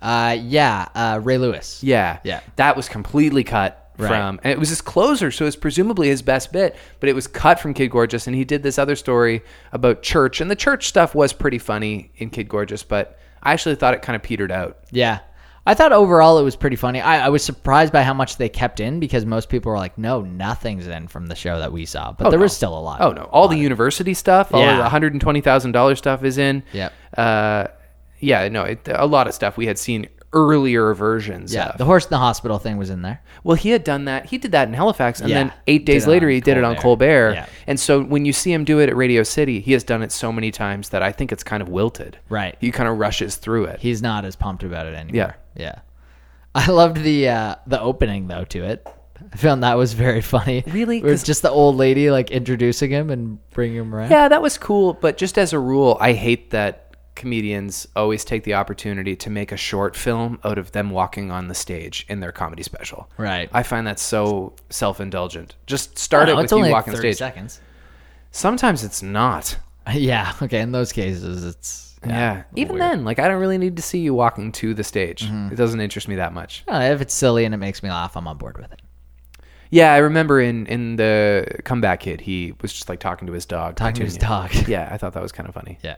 Uh, yeah, uh, Ray Lewis. Yeah. Yeah. That was completely cut Right. from, and it was his closer, so it's presumably his best bit, but it was cut from Kid Gorgeous. And he did this other story about church, and the church stuff was pretty funny in Kid Gorgeous, but I actually thought it kind of petered out. Yeah. I thought overall it was pretty funny. I, I was surprised by how much they kept in because most people were like, "No, nothing's in from the show that we saw," but there was still a lot. Oh, no. All the university stuff, all Yeah. the $120,000 stuff is in. Yep. uh, yeah, no, it, a lot of stuff we had seen earlier versions yeah. of. The horse in the hospital thing was in there. well, he had done that. He did that in Halifax, and Yeah. then eight Did days it later, on he did it on Colbert. Colbert. Yeah. And so when you see him do it at Radio City, he has done it so many times that I think it's kind of wilted. Right. He kind of rushes through it. He's not as pumped about it anymore. Yeah. Yeah. I loved the uh, the opening though to it. I found that was very funny. Really? It was 'Cause- just the old lady like introducing him and bringing him around. yeah, that was cool. But just as a rule, I hate that comedians always take the opportunity to make a short film out of them walking on the stage in their comedy special. Right. I find that so self-indulgent. Just start No, it with it's only you like walking on 30 stage. seconds. Sometimes it's not. Yeah. Okay. In those cases, it's Yeah. Even then, like I don't really need to see you walking to the stage. It doesn't interest me that much. Uh, if it's silly and it makes me laugh, I'm on board with it. Yeah, I remember in in the comeback kid, he was just like talking to his dog. Talking to his Petunia. dog. Yeah, I thought that was kind of funny. yeah.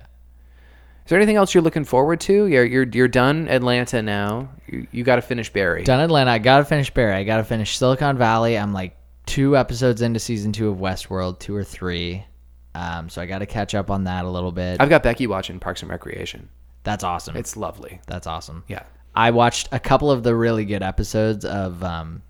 Is there anything else you're looking forward to? You're you're, you're done Atlanta now. You, you got to finish Barry. Done Atlanta. I gotta finish Barry. I gotta finish Silicon Valley. I'm like two episodes into season two of Westworld, two or three. Um, so I gotta catch up on that a little bit. I've got Becky watching Parks and Recreation. That's awesome. It's lovely. That's awesome. Yeah. I watched a couple of the really good episodes of um,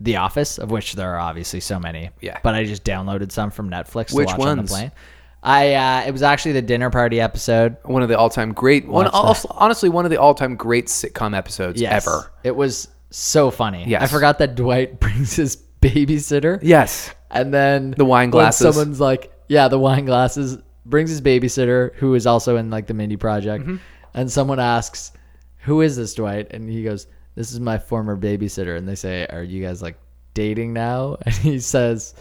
The Office, of which there are obviously so many. Yeah. But I just downloaded some from Netflix Which to watch on the ones? plane. I uh, it was actually the dinner party episode. One of the all-time great one also, honestly one of the all-time great sitcom episodes Yes. ever. It was so funny. Yes. I forgot that Dwight brings his babysitter. Yes. And then The wine when glasses. Mm-hmm. someone's like, yeah, the wine glasses brings his babysitter, who is also in like the Mindy Project, and someone asks, "Who is this Dwight?" and he goes, "This is my former babysitter." And they say, "Are you guys like dating now?" And he says,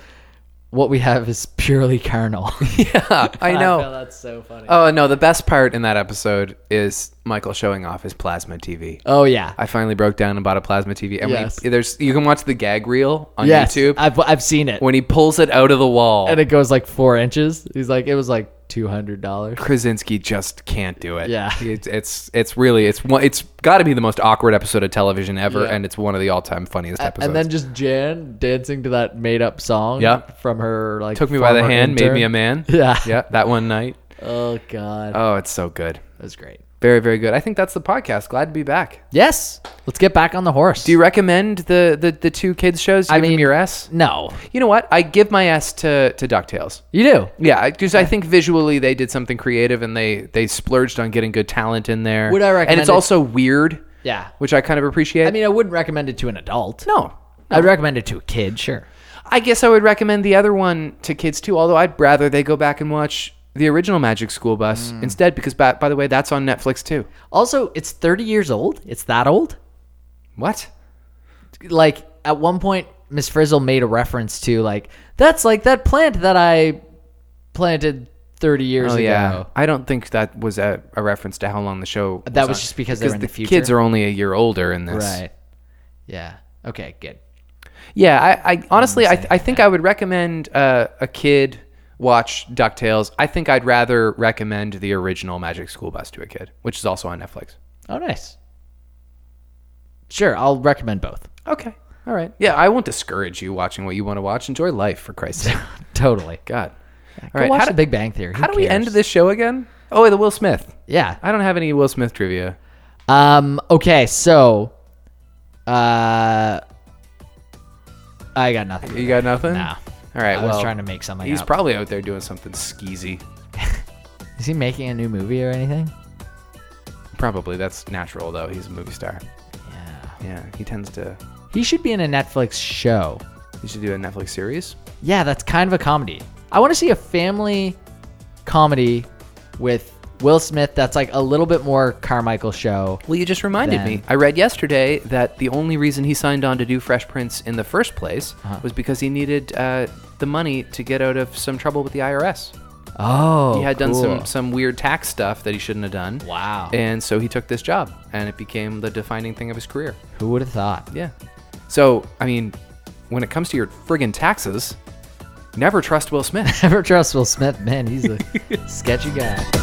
"What we have is purely carnal." Yeah, I know. feel that's so funny. Oh no, the best part in that episode is Michael showing off his plasma TV. oh yeah. I finally broke down and bought a plasma TV. And Yes. when he, there's you can watch the gag reel on yes, YouTube I've I've seen it. when he pulls it out of the wall. and it goes like four inches. He's like, it was like two hundred dollars. Krasinski just can't do it. Yeah. it's it's, it's really it's one, it's got to be the most awkward episode of television ever, Yeah. and it's one of the all time funniest episodes. And then just Jan dancing to that made up song. Yeah. From her like took me by the former hand, made intern. me a man. Yeah. yeah, that one night. Oh god, Oh, it's so good. that was great. Very very good. I think that's the podcast. Glad to be back. Yes, let's get back on the horse. Do you recommend the the, the two kids shows? Give I them mean- your S. no, You know what? I give my S to to Ducktales. you do. Yeah, because I think visually they did something creative and they they splurged on getting good talent in there. Would I And recommend it's it- also weird, Yeah, which I kind of appreciate. I mean, I wouldn't recommend it to an adult. no. I'd recommend it to a kid. Sure. I guess I would recommend the other one to kids too, although I'd rather they go back and watch the original Magic School Bus Mm. instead because by, by the way, that's on Netflix too. Also, it's thirty years old. It's that old. What? Like at one point, Miss Frizzle made a reference to like that's like that plant that I planted thirty years Oh ago. yeah. I don't think that was a, a reference to how long the show That was on. just because they were in the future? kids are only a year older in this. Right. Yeah. Okay. Good. Yeah, I, I honestly, I, I think I would recommend uh, a kid watch DuckTales. I think I'd rather recommend the original Magic School Bus to a kid, which is also on Netflix. Oh, nice. Sure, I'll recommend both. Okay. All right. Yeah, I won't discourage you watching what you want to watch. Enjoy life, for Christ's sake. Totally. God. All Go right. watch How The do, Big Bang Theory. Who how do we end cares? this show again? Oh, the Will Smith. Yeah. I don't have any Will Smith trivia. Um. Okay. So, uh, I got nothing. You got nothing? Nah. All right. I well, was trying to make something. He's up. probably out there doing something skeezy. Is he making a new movie or anything? Probably. That's natural, though. He's a movie star. Yeah. Yeah. He tends to. He should be in a Netflix show. He should do a Netflix series. Yeah, that's kind of a comedy. I want to see a family comedy with Will Smith. That's like a little bit more Carmichael show. Well, you just reminded Then- me. I read yesterday that the only reason he signed on to do Fresh Prince in the first place Uh-huh. was because he needed uh, the money to get out of some trouble with the IRS. Oh, he had done cool. some, some weird tax stuff that he shouldn't have done. Wow. And so he took this job, and it became the defining thing of his career. Who would have thought? Yeah. So, I mean, when it comes to your friggin' taxes, never trust Will Smith. Never trust Will Smith. Man, he's a sketchy guy.